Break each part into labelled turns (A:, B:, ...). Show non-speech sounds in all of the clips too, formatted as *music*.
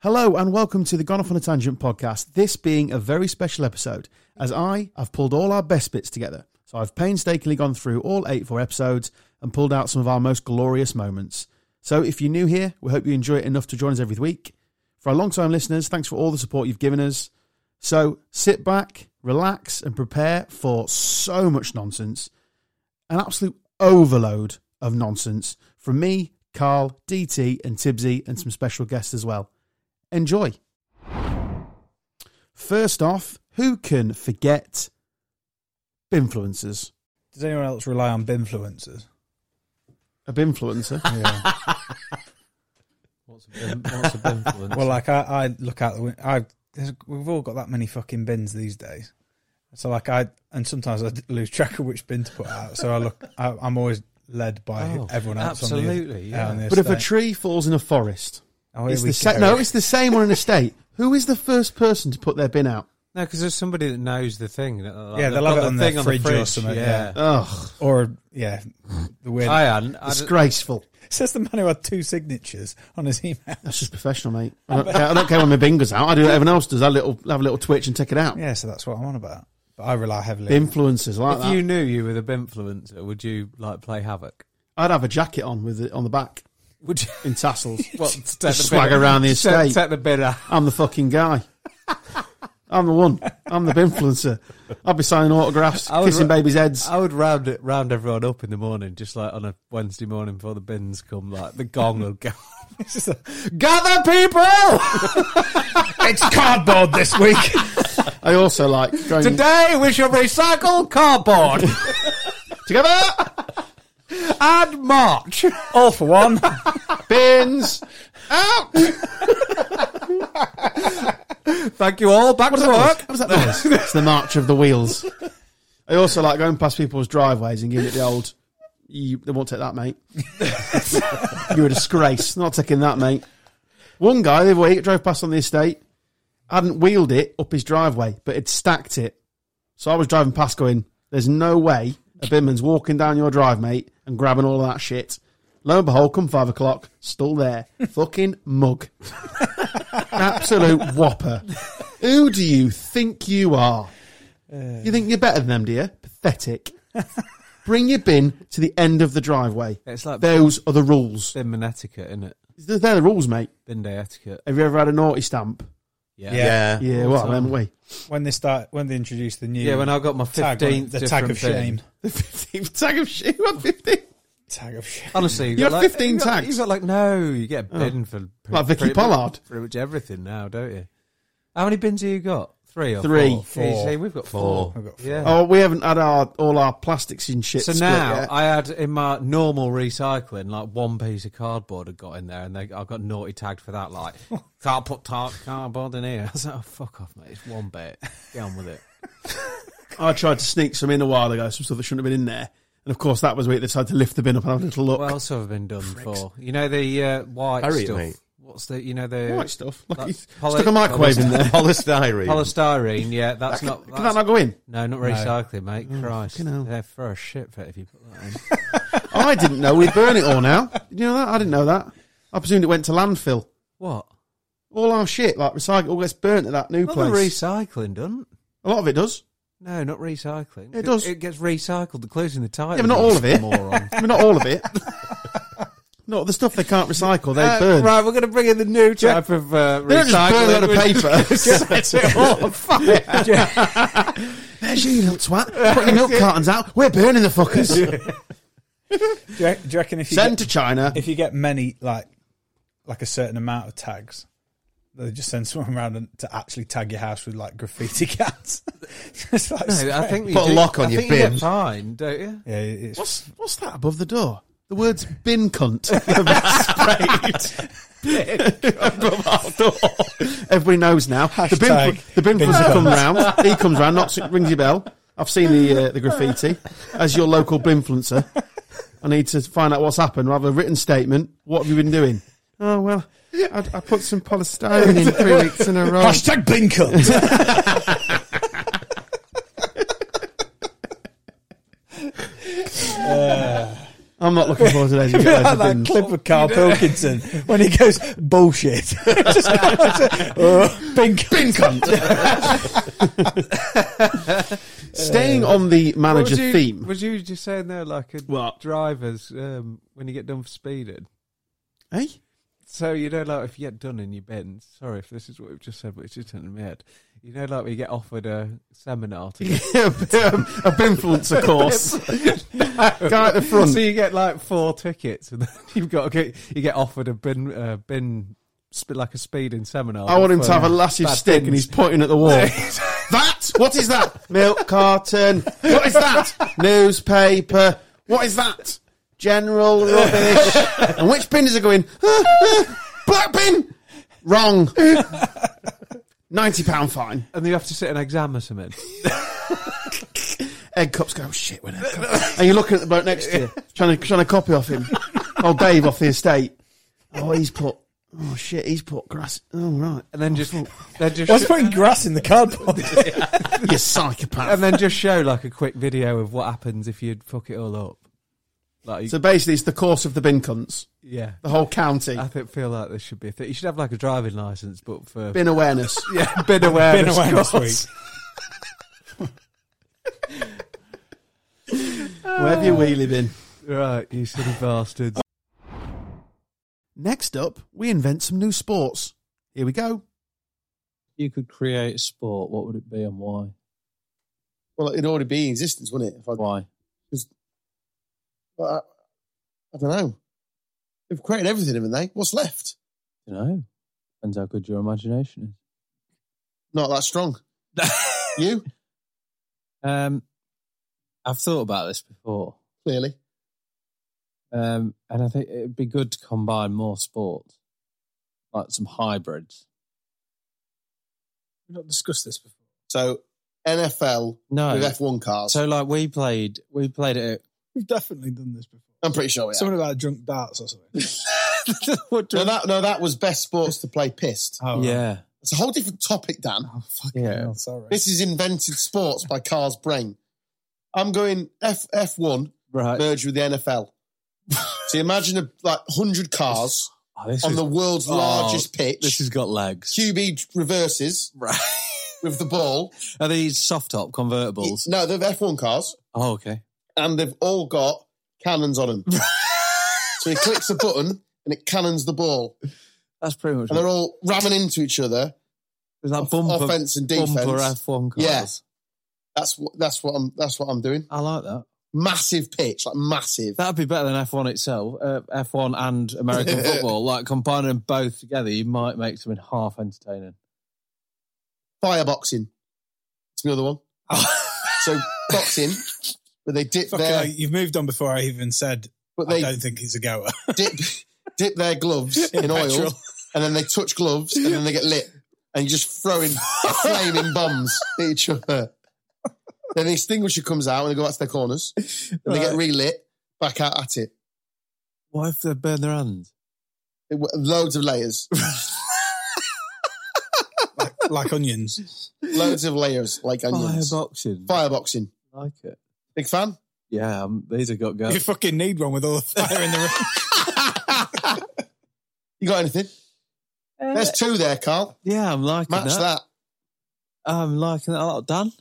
A: Hello and welcome to the Gone Off on a Tangent podcast. This being a very special episode, as I have pulled all our best bits together. So I've painstakingly gone through all eight four episodes and pulled out some of our most glorious moments. So if you're new here, we hope you enjoy it enough to join us every week. For our long-time listeners, thanks for all the support you've given us. So sit back, relax, and prepare for so much nonsense, an absolute overload of nonsense from me, Carl, DT, and Tibsy, and some special guests as well. Enjoy. First off, who can forget Binfluencers?
B: Does anyone else rely on binfluencers?
A: A
C: *laughs*
A: Binfluencer?
C: What's a bin, what's a bin influence?
B: Well, like I, I look out the window. I there's, we've all got that many fucking bins these days. So like I and sometimes I d- lose track of which bin to put out. So I look. I, I'm always led by
C: Oh,
B: everyone else. on the,
C: absolutely, yeah.
B: out on the
A: but if a
B: estate.
A: tree falls in a forest,
B: oh, here
A: it's
B: we
A: the sa-
B: go.
A: no, it's the same on an estate. Who is the first person to put their bin out?
C: no, because there's somebody that knows the thing. that- like,
B: Yeah,
C: they've
B: they'll
C: got
B: have it
C: the
B: on their
C: thing on the
B: fridge or
C: fridge
B: something,
C: Yeah,
A: Ugh,
B: or yeah, the weird.
C: I hadn't. I didn't-
A: disgraceful.
B: says the man who had two signatures on his email.
A: That's just professional, mate. I
C: *laughs*
A: don't, care, I don't care when my binger's out. I do what everyone else does. I little have a little twitch and take it out.
B: Yeah, so that's what I'm on about. But I rely heavily.
A: The influencers like
C: if
A: that.
C: you knew you were the influencer, would you like play havoc?
A: I'd have a jacket on with it on the back
C: Would you?
A: in
C: *laughs*
A: tassels.
C: What,
A: Just swag around the estate.
C: Set the bid out.
A: I'm the fucking guy. I'm the one. I'm the influencer. I'll be signing autographs,
C: I would
A: kissing
C: ra-
A: babies' heads.
C: I would round it, round everyone up in the morning, just like on a Wednesday morning before the bins come. Like the gong would go. *laughs*
B: It's just a-
C: Gather people!
B: *laughs* it's cardboard this
C: *laughs*
B: week.
A: I also like going
C: Today we shall recycle cardboard
A: together
C: and march.
B: All for one.
A: bins.
C: *laughs* Thank you all. Back to work.
A: What was that noise? it's the march of the wheels. *laughs* I also like going past people's driveways and giving it the old. You, they won't take that, *laughs* mate. You're a disgrace. Not taking that, mate. One guy the other week drove past on the estate, hadn't wheeled it up his driveway, but had stacked it. So I was driving past, going, "There's no way a binman's walking down your drive, mate, and grabbing all that shit." Lo and behold, come five o'clock, still there. Fucking *laughs* mug. Absolute whopper. Who do you think you are? you think you're better than them, do you? *laughs* Pathetic. Bring your bin to the end of the driveway.
C: It's like
A: Those are the rules.
C: bin etiquette, isn't it?
A: They're they're the rules, mate.
C: Bin day etiquette.
A: Have you ever had a naughty stamp?
B: Yeah.
A: Yeah, well, haven't we?
B: when they start, when they introduce the new,
C: Yeah, when I got my
B: tag on it,
C: fifteenth,
B: the tag of shame.
A: The 15th tag of shit. You had 15.
B: Tag of shame.
C: Honestly, you've
A: You
C: got
A: had
C: like-
A: 15
C: you've got-
A: tags. Oh.
C: You've got like no, you get a bin for pretty,
A: Like Vicky
C: pretty,
A: Pollard.
C: pretty much everything now, don't you? How many bins have you got? Three or
A: Three.
C: Four?
B: Four.
C: Yeah, you see, we've got four.
B: I've got four.
C: Yeah.
A: Oh, we haven't had our all our plastics and shit.
C: so
A: split
C: now
A: yet.
C: I had in my normal recycling, like one piece of cardboard had got in there, and they, I got naughty tagged for
B: *laughs*
C: that. Like, can't put tar- cardboard in here. *laughs* I was like, oh, fuck off, mate. It's one bit. Get on with it.
A: I tried to sneak some in a while ago, some stuff that shouldn't have been in there. And of course, that was where they decided to lift the bin up and have a little look.
C: What else have I been done for? You know the uh, white
D: Hurry it,
C: stuff.
D: mate.
C: What's the? You know the
A: White stuff. Look,
C: That-
A: he's
C: poly-
A: stuck a microwave in there.
D: Polystyrene.
C: polystyrene. Yeah, that's
A: Can,
C: not.
A: can
C: That's,
A: that not go in?
C: no, not recycling, mate. Christ,
A: fucking hell.
C: they're for a shit fit if you put that in.
A: I didn't know. We burn it all now. Did you know that? I didn't know that. I presumed it went to landfill.
C: what?
A: All our shit, like recycle, all gets burnt at that new
C: Not the
A: place.
C: recycling, doesn't?
A: a lot of it does.
C: No, not recycling.
A: It does.
C: It gets recycled. The clues in the title.
A: Yeah, but not all of it. *laughs*
C: Moron.
A: I mean, not all of it. no, the stuff they can't recycle, they
C: Uh,
A: burn.
C: right, we're going to bring in the new type of uh,
A: They don't just burn a lot *laughs*
C: recycling.
A: of paper. Set *laughs*
B: *laughs*
A: it off. Fuck it. There's you, you little twat. Put your *laughs* milk cartons out. We're burning the fuckers.
B: Do you, do you reckon if you
A: Send
B: get,
A: to China.
B: if you get many like like a certain amount of tags, they just send someone around and, to actually tag your house with like graffiti cats. *laughs* Just like
C: No, I think you
D: Put a
C: do-
D: lock on
C: I
D: your
C: think you get
D: bin.
C: fined, don't you?
B: yeah, it's
A: What's, what's that above the door? The words bin *laughs* cunt have been sprayed above our door. Everybody knows now. The bin,
B: Hashtag
A: the bin,
B: bin
A: fuzzer
B: cunt.
A: comes round. He comes round, knocks, rings your bell. I've seen the uh, the graffiti. As your local binfluencer, I need to find out what's happened. Rather a written statement. What have you been doing? Oh well, I, I put some polystyrene in *laughs* three weeks in a row.
B: hashtag Binkle. *laughs*
E: I'm not looking forward to
A: *laughs*
E: those. You get
B: *laughs*
E: loads of
B: Like that
E: bins.
B: clip of Carl Pilkington when he goes bullshit. *laughs* Just- uh, bin cunt.
E: Staying on the
F: What
E: manager
F: was you,
E: theme.
F: Was you just saying there like a
E: What?
A: *laughs*
F: driver's um, when you get done for speeding?
E: Eh?
F: So you know, like if you get done in your bins. Sorry if this is what we've just said, but it's just in my head. You know, like we get offered a seminar to
E: Yeah, *laughs*
F: *laughs*
E: a binfluencer
A: *laughs*
E: course. Guy at the front.
F: So you get like four tickets, and then *laughs* you've got to get you get offered a bin uh, bin sp- like a speeding seminar.
E: I want him to have a
F: for
E: lashy
F: bad
E: stick and
F: things.
E: he's pointing at the *laughs* wall. that? What is that? Milk carton. What is that? Newspaper. What is that? General rubbish. *laughs* and which bin is it going? *laughs* Black bin! Wrong. £90 fine.
F: and you have to sit an exam or something.
E: Egg cups go, oh, shit, with egg cups. And you're looking at the bloke next to you, trying to, trying to copy off him. Oh, Dave off the estate. Oh, he's put, oh shit, he's put grass. Oh, right.
F: and
E: *laughs*
F: then just then just
B: What's
F: sh-
B: putting grass *laughs* in the cardboard?
E: You psychopath.
F: *laughs* and then just show like a quick video of what happens if you fuck it all up. Like
E: So basically, it's the course of the bin cunts,
F: yeah,
E: the whole county.
F: I think feel like this should be a thing. You should have like a driving license, but for
E: Bin awareness.
F: *laughs* yeah, bin awareness.
B: Been away this
F: course.
B: week.
E: Wherever your wheelie bin.
F: Right, you silly bastards.
E: Next up, we invent some new sports. Here we go.
C: you could create a sport, what would it be and why?
A: Well, it'd already be in existence, wouldn't it? If I,
C: Why?
A: but I, I don't know. They've created everything, haven't they? What's left?
C: You know, depends how good your imagination
A: Not that
C: *laughs*
A: strong.
C: is.
A: You
C: um, I've thought about this before,
A: clearly.
C: um, and I think it'd be good to combine more sports, like some hybrids. We've not discussed this before.
A: So NFL
C: No.
A: with F1 cars.
C: So, like, we played, we played it.
B: We've definitely done this before.
A: I'm pretty sure we are.
B: Something about drunk darts or something.
C: what
A: No, that no, that was best sports to play pissed.
B: Oh, right.
C: yeah,
A: It's a whole different topic, Dan.
B: Oh, fucking
C: Yeah.
B: hell, sorry.
A: This is invented sports by Carl's brain. I'm going F F1
C: right.
A: merged with the NFL. so imagine a, like hundred cars
C: Oh, this,
A: on
C: is-
A: the world's
C: oh,
A: largest
C: *laughs* this
A: pitch.
C: has got legs.
A: QB reverses
C: Right.
A: with the ball.
C: Are these soft top convertibles?
A: No, they're F1 cars,
C: Oh, okay.
A: and they've all got cannons on
B: *laughs*
A: them. so he clicks a button, and it cannons the ball,
C: That's pretty much
A: and they're all ramming into each other.
C: Is that
A: Off-
C: bumper,
A: offense and defense.
C: bumper F1 cars?
A: Yeah. That's what that's what I'm that's what I'm doing.
C: I like that.
A: Massive pitch, like massive.
C: That'd be better than F1 itself, uh, F1 and
A: *laughs*
C: American football. Like combining them both together, you might make something half entertaining.
A: Fireboxing. It's another one.
B: Oh,
A: So boxing, but they dip
B: Fucking
A: their
B: hell, you've moved on before I even said
A: but
B: I
A: they
B: don't think it's a goer.
A: dip dip their gloves
B: *laughs*
A: in oil,
B: Petrol.
A: and then they touch gloves, and then they get lit, and you just
C: *laughs*
A: throwing flaming bombs at each other. Then the extinguisher comes out, and they go back to their corners, and they get
C: Right.
A: relit back out at it.
C: Why if they burn their hands?
A: It w- loads of layers,
B: like, like onions.
A: loads of layers, like onions.
C: Fireboxing.
A: Fireboxing.
C: like it.
A: Big fan.
C: Yeah, um, these have got
B: You
C: guns.
B: fucking need one with all the fire in the room.
A: You got anything? There's two there, Carl.
C: yeah, I'm liking
A: Match
C: Uh, that.
A: that.
C: I'm liking that a lot. Dan?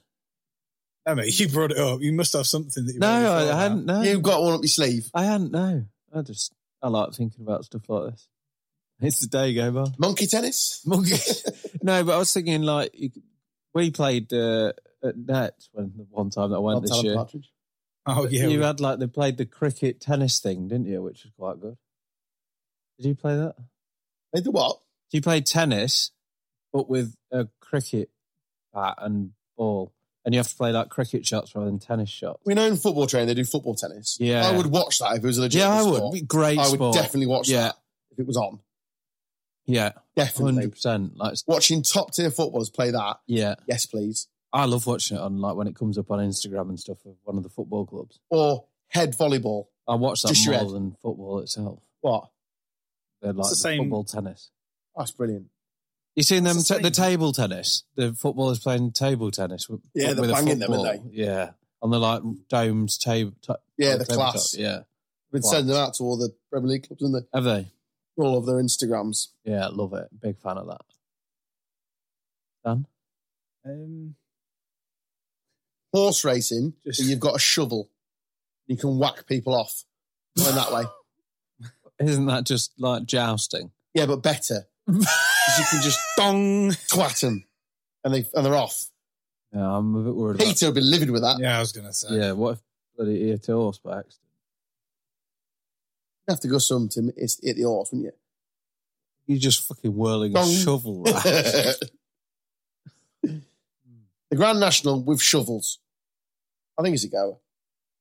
B: No, mate, you brought it up. You must have something that you
C: No,
B: already thought
C: I
B: about.
C: hadn't. No.
A: You've got one up your sleeve.
C: I hadn't. No. I just, I like thinking about stuff like this. It's the day go by.
A: Monkey tennis. *laughs*
C: Monkey. no, but I was thinking like you, we played uh, at net when the one time that I went
A: Old
C: this
A: Talon
C: year.
A: Partridge.
B: Oh, yeah.
C: you uh,
B: we-
C: had like they played the cricket tennis thing, didn't you? Which was quite good. Did you play that?
A: They do what?
C: So you played tennis, but with a cricket bat and ball, and you have to play like cricket shots rather than tennis shots.
A: We know in football training they do football tennis.
C: Yeah.
A: I would watch that if it was a legit
C: yeah, I
A: sport.
C: would. Great
A: I would
C: sport.
A: definitely watch
C: Yeah.
A: that if it was on.
C: yeah,
A: Definitely.
C: hundred percent. Like,
A: Watching top tier footballers play that.
C: yeah,
A: Yes, please.
C: I love watching it on like when it comes up on Instagram and stuff of one of the football clubs.
A: Or head volleyball.
C: I watch that
A: Just your
C: more
A: head.
C: than football itself.
A: What?
C: They're like
B: the
C: the
B: same-
C: football tennis.
A: That's brilliant.
C: You seen them
B: It's the
C: ta- the
B: same.
C: table tennis? The footballers playing table tennis. With,
A: Yeah,
C: with
A: they're
C: a
A: banging them, aren't
C: football. Yeah, on the like domed table.
A: Yeah, the class.
C: Yeah,
A: They've been
C: Wow.
A: sending them out to all the Premier League clubs and
C: Have they?
A: all of their Instagrams.
C: Yeah, love it. Big fan of that.
B: Um,
A: Horse racing,
B: Just-
A: so you've got a shovel. You can whack people off going that way.
C: Isn't that just like jousting?
A: Yeah, but better. 'Cause you can just dong twat them and, they, and they're off.
C: Yeah, I'm a bit worried about.
A: Peter would be livid with that.
B: yeah, I was gonna say.
C: Yeah, what if bloody ear to horse by accident?
A: You'd have to go some to hit hit the horse, wouldn't
C: You're just fucking whirling a
A: Dong. *laughs*
C: shovel.
A: you?
C: Right?
A: the Grand National with shovels. I think it's a goer.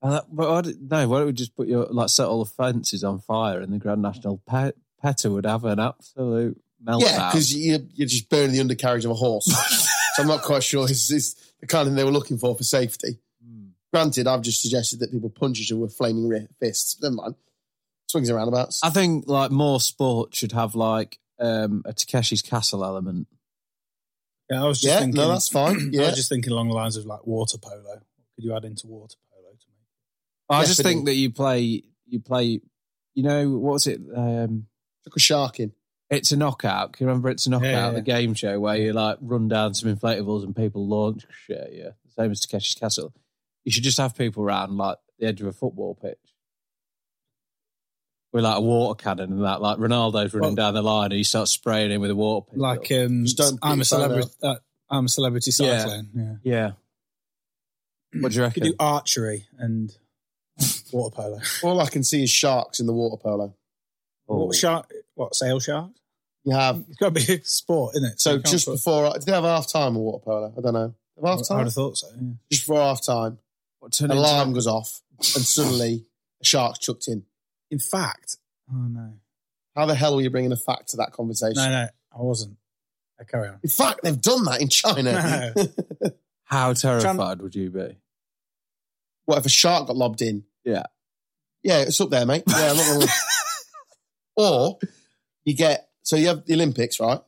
C: And that- but why don't- no, why don't we just put your like set all the fences on fire and the Grand National Pet Petter would have an absolute meltdown.
A: Yeah, because you, you're just burning the undercarriage of a *laughs* horse. so I'm not quite sure it's, it's the kind of thing they were looking for for safety.
C: Hmm.
A: Granted, I've just suggested that people punch each other with flaming ri- fists. Never mind. Swings and roundabouts.
C: I think like more sport should have like um, a Takeshi's Castle element.
B: Yeah, I was just
A: yeah,
B: thinking.
A: no, that's fine.
B: *clears throat* I
A: Yeah,
B: was just thinking along the lines of like water polo. What could you add into water polo to me?
C: I just
A: Definitely.
C: think that you play, you play, you know, what was it? Um,
A: took a shark in.
C: it's a knockout. Can you remember it's a knockout,
B: yeah,
C: the game show where you like run down some inflatables and people launch shit at you. Same as Takeshi's Castle. You should just have people around like the edge of a football pitch. With like a water cannon and that, like Ronaldo's running
B: Well-
C: down the line and you start spraying him with a water pistol.
B: Like, um,
A: Just don't
B: I'm a
A: beat Bono.
B: celebrity. Uh, I'm a celebrity
C: Yeah.
B: cyclone. Yeah.
C: yeah. What do you
B: You
C: reckon?
B: could do archery and water polo.
A: All I can see is sharks in the water polo.
C: Oh.
B: What shark? What sail shark?
A: You have
B: It's got to be *laughs* a sport, isn't it?
A: Uh, so
B: You can't
A: just
B: put-
A: before. Did they have half time in water polo? I don't know. Have Half
B: I would
A: time.
B: have thought so. yeah.
A: Just before half time,
C: What, turn
A: an
C: into
A: alarm goes off, and suddenly a shark's chucked in.
B: In fact, oh no,
A: How the hell were you bringing a fact to that conversation?
B: no, no, I wasn't. I carry on.
A: In fact, they've done that in
B: *laughs*
A: China.
C: How terrified would you be?
A: *laughs* what if a shark got lobbed in?
C: Yeah.
A: Yeah, it's up there, mate. Yeah, I'm not gonna- or you get so you have the Olympics, right?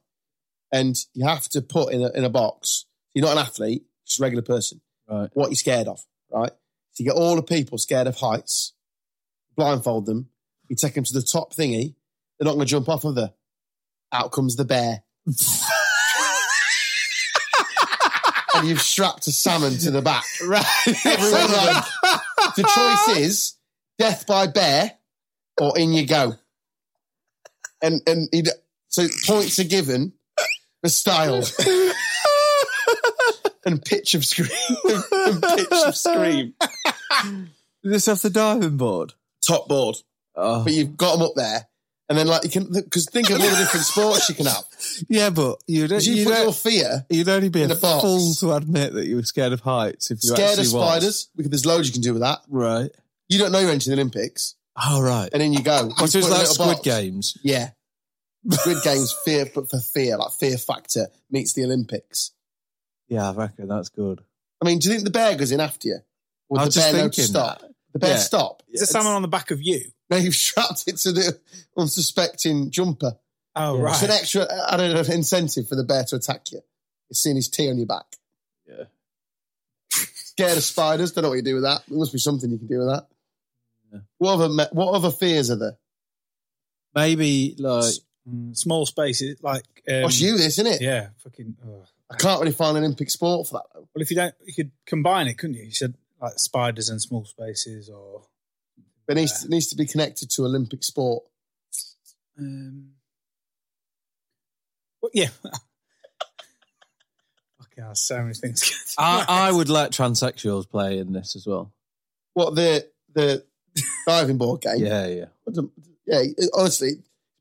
A: And you have to put in a, in a box. You're not an athlete, just a regular person.
C: Right.
A: What you're scared of, right? So you get all the people scared of heights, blindfold them, you take them to the top thingy. They're not going to jump off of the. Out comes the bear. and you've strapped a salmon to the back. Right. the choice is death by bear or in you go. And and he'd, so points are given for style
C: *laughs*
A: and pitch of scream and pitch of scream.
C: This off the diving board.
A: Top board,
C: Oh.
A: but you've got them up there, and then like you can because think of all the different sports you can have.
C: yeah, but you'd,
A: 'Cause You,
C: you'd,
A: put your fear
C: you'd only be
A: in
C: a
A: a box.
C: fool to admit that you were scared of heights if you
A: scared
C: actually
A: of
C: was.
A: spiders because there's loads you can do with that.
C: Right.
A: You don't know you're entering the Olympics,
C: All right.
A: and in you go. You
C: Oh, so
A: put
C: it's
A: a
C: like
A: little
C: Squid
A: box.
C: Games.
A: Yeah. Squid Game's fear, but for fear, like fear factor meets the Olympics.
C: Yeah, I reckon that's good.
A: I mean, do you think the bear goes in after you? Or
C: I
A: the
C: was just
A: bear know to
C: thinking
A: stop?
C: that.
A: The bear
C: Yeah.
A: stop.
B: Is there salmon on the back of you?
A: *laughs* Now you've strapped it to the unsuspecting jumper.
B: Oh
C: Yeah.
B: right.
A: It's an extra I don't know, incentive for the bear to attack you. It's seeing his tea on your back.
C: Yeah.
A: Scared of spiders, don't know what you do with that. There must be something you can do with that. What other me- what other fears are there?
C: Maybe like
B: Mm, small spaces like. Um,
A: What's you this, isn't it?
B: Yeah, fucking. ugh.
A: I can't really find an Olympic sport for that though.
B: Well, if you don't, you could combine it, couldn't you? You said like spiders and small spaces, or
A: But it needs, it needs to be connected to Olympic sport.
B: um, but yeah. *laughs* Fucking hell, so many things. *laughs*
C: I, I would let transsexuals play in this as well.
A: What the the diving board game?
C: Yeah, yeah.
A: What the- yeah, it- honestly,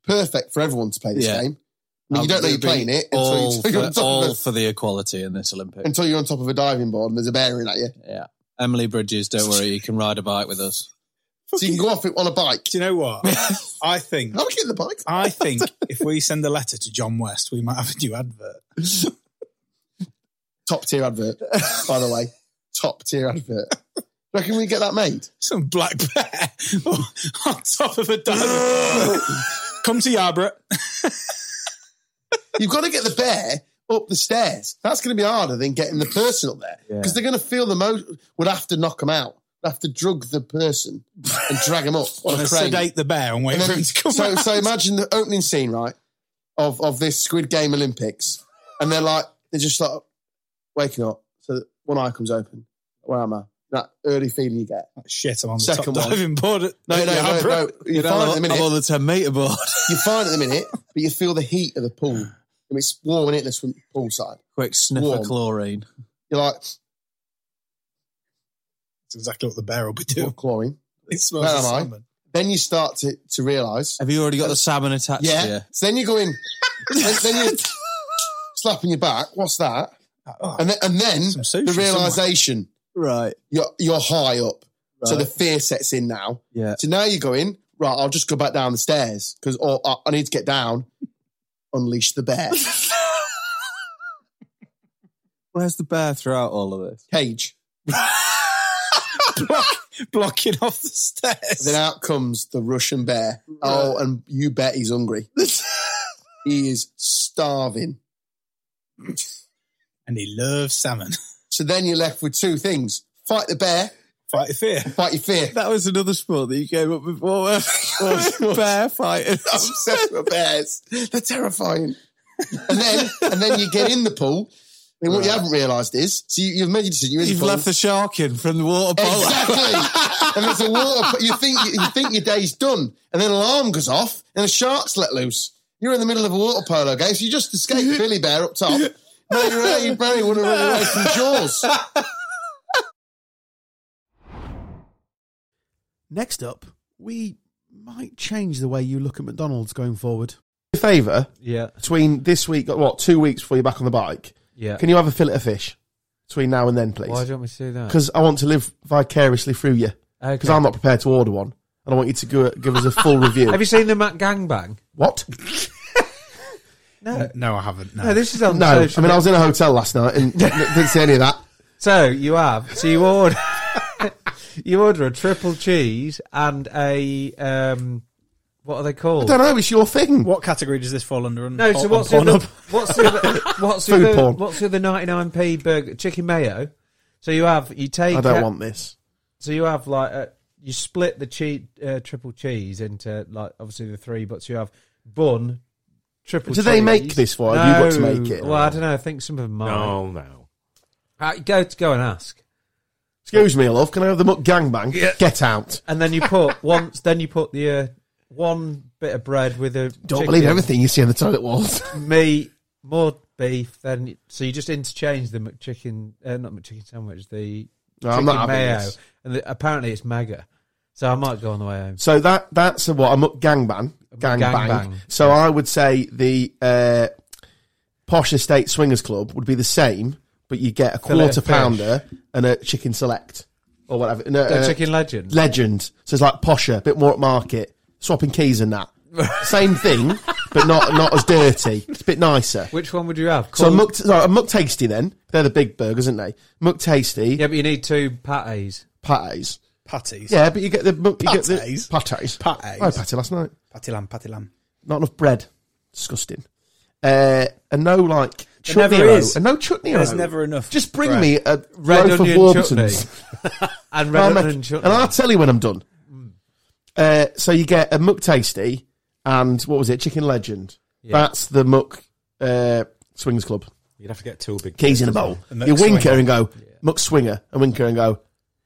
A: perfect for everyone to play this
C: Yeah.
A: game. I mean, you don't know you're playing it until, you,
C: all,
A: until, *laughs* you're on
C: for,
A: top
C: all
A: of
C: for the equality in this
A: a,
C: Olympics.
A: until you're on top of a diving board and there's a bear in at you.
C: Yeah. Emily Bridges, don't worry, you can ride a bike with us.
A: So you can go off it on a bike.
B: Do you know *laughs* what? I think.
A: How do you get the bike?
B: I think
A: *laughs*
B: if we send a letter to John West, we might have a new advert.
A: Top tier advert, by the
C: *laughs*
A: way. Top tier advert. Reckon we get that made?
B: Some black bear *laughs* on top of a diamond. Come to Yarborough.
A: You've got to get the bear up the stairs. That's going to be harder than getting the person up there
C: Yeah.
A: because they're going to feel the most. Would have to knock them out.
G: They have to drug the person and drag him up on
C: *laughs*
G: a crane.
B: sedate the bear and wait
G: And
B: for
G: then-
B: it to come
G: so,
B: out.
G: so imagine the opening scene, right, of of this Squid Game Olympics, and they're like they're just like waking up. So that one eye comes open. Where am I? That early feeling you get.
B: Shit, I'm on the
G: Second
B: top
G: one.
B: diving board. At,
G: No, no,
B: Yeah,
G: no,
B: bro.
G: no. You're
D: I'm,
G: fine at the
D: on- I'm
G: minute.
D: on the 10 metre
A: *laughs*
D: board.
G: You're fine at the minute, but you feel the heat of the pool. And it's warm in it, the swim pool side.
D: Quick sniff
G: Warm.
D: of chlorine.
G: You're like,
B: That's exactly what the bear will be doing. *laughs*
G: what chlorine?
B: It smells
G: Where am
B: of
G: I?
B: salmon.
G: Then you start to, to realise.
D: Have you already got the salmon attached
G: Yeah.
D: to you?
G: So then you go in. then, then you're slapping your back. What's that?
B: Oh,
G: And then, and then
B: Some sushi
G: the realisation.
D: Right.
G: You're, you're high up. So
D: Right.
G: the fear sets in now.
D: Yeah.
G: So now you're going, right, I'll just go back down the stairs because I, I need to get down. Unleash
D: *laughs*
G: the bear.
D: Where's the bear throughout all of this?
G: Cage.
B: blocking off the
G: Then
B: stairs.
G: out comes the Russian bear. Oh, and you bet he's
D: *laughs*
G: hungry. he is starving.
B: And he loves salmon. *laughs*
G: So then you're left with two things. Fight the bear,
B: Fight your fear.
G: fight your fear.
D: *laughs*
G: *laughs*
D: That was another sport that you came up with before. *laughs* uh, bear
C: *laughs*
D: fighting.
G: I'm obsessed with bears. They're terrifying. And then and then you get in the pool. And what you haven't realised is, so you, you've made your decision. You're in
D: You've
G: the pool.
D: left the shark in from the water polo.
G: Exactly. and there's a water. You think you think your day's done, and then an alarm goes off, and a shark's let loose. You're in the middle of a water polo game, so you just escaped Billy Bear up top. No, you're right, you probably want to run away from Jaws.
A: Next up, we might change the way you look at McDonald's going forward. A favour
C: Yeah,
A: between this week, what two weeks before you're back on the bike?
C: yeah.
A: Can you have a fillet of fish between now and then,
C: Why do
A: please?
C: you want me to do that?
A: Because I want to live vicariously through you. Because I'm not prepared to order one, and I want you to go, give us a *laughs* full review.
C: Have you seen the Matt Gangbang?
A: *laughs* what?
B: Uh, No, I haven't. No.
C: No, this is on
A: No, I
C: social
A: mean I was in a hotel last night and didn't see any of *laughs* that.
C: So you have so you order *laughs* you order a triple cheese and a um what are they
A: I
C: called?
A: don't know. It's your thing.
B: what category does this fall under?
C: No, so what's the
B: on,
C: other, what's the *laughs* other, what's the
A: Food
C: other,
A: porn.
C: what's the other ninety nine p burger chicken mayo? So you have you take
A: I don't
C: out-
A: want this.
C: so you have like a, you split the cheese uh, triple cheese into like obviously the three, but you have bun triple.
A: Do they
C: cheese.
A: make this for? Have you got to
C: No.
A: make it?
C: Well, I don't know. I think some of them might.
H: No, no.
C: Uh, go to go and ask.
A: Excuse me, love. Can I have the muck gangbang? Get out.
C: and then
A: *laughs*
C: you put once then you put the uh, one bit of bread with a
A: Don't
C: chicken,
A: believe everything you see on the toilet walls.
C: meat more beef then so you just interchange the McChicken uh, not McChicken sandwich the
A: No,
C: chicken
A: I'm not having
C: mayo
A: this.
C: and the, apparently it's mega so I might go on the way
A: *laughs*
C: home
A: So that that's a, what a muck gangbang. Gangbang.
C: gangbang.
A: So I would say the uh, posh estate swingers club would be the same, but you get a
C: Fillet of
A: quarter
C: fish.
A: pounder and a chicken select or whatever. No,
C: Go
A: uh,
C: chicken legend
A: legend. So it's like posher, a bit more at market, swapping keys and that. Same thing, but not not as dirty. It's a bit nicer.
C: which one would you have
A: So a
C: Cold-
A: muck, sorry, a muck tasty then. They're the big burgers, aren't they? Muck tasty
C: yeah but you need two patties
A: patties.
B: patties.
A: Yeah, but you get the muck- you get the
B: Patties?
A: patties.
B: Patties.
A: I had patty last night.
B: Patty lamb, patty lamb.
A: Not enough bread. Disgusting. Uh, and no like chutney.
B: never is.
A: And no chutney.
B: There's never enough
A: Just bring
B: bread.
A: me a
C: red
A: loaf of
C: onion chutney
A: Warburtons. *laughs* I'll
C: and red
A: make-
C: onion chutney
A: And I'll tell you when I'm done. Uh, so you get a muck tasty and what was it? Chicken legend. That's the muck uh, swings club.
H: You'd have to get two big
A: Keys in a bowl.
B: A muck
A: You wink at her
B: swinger.
A: and go muck swinger, and wink her and go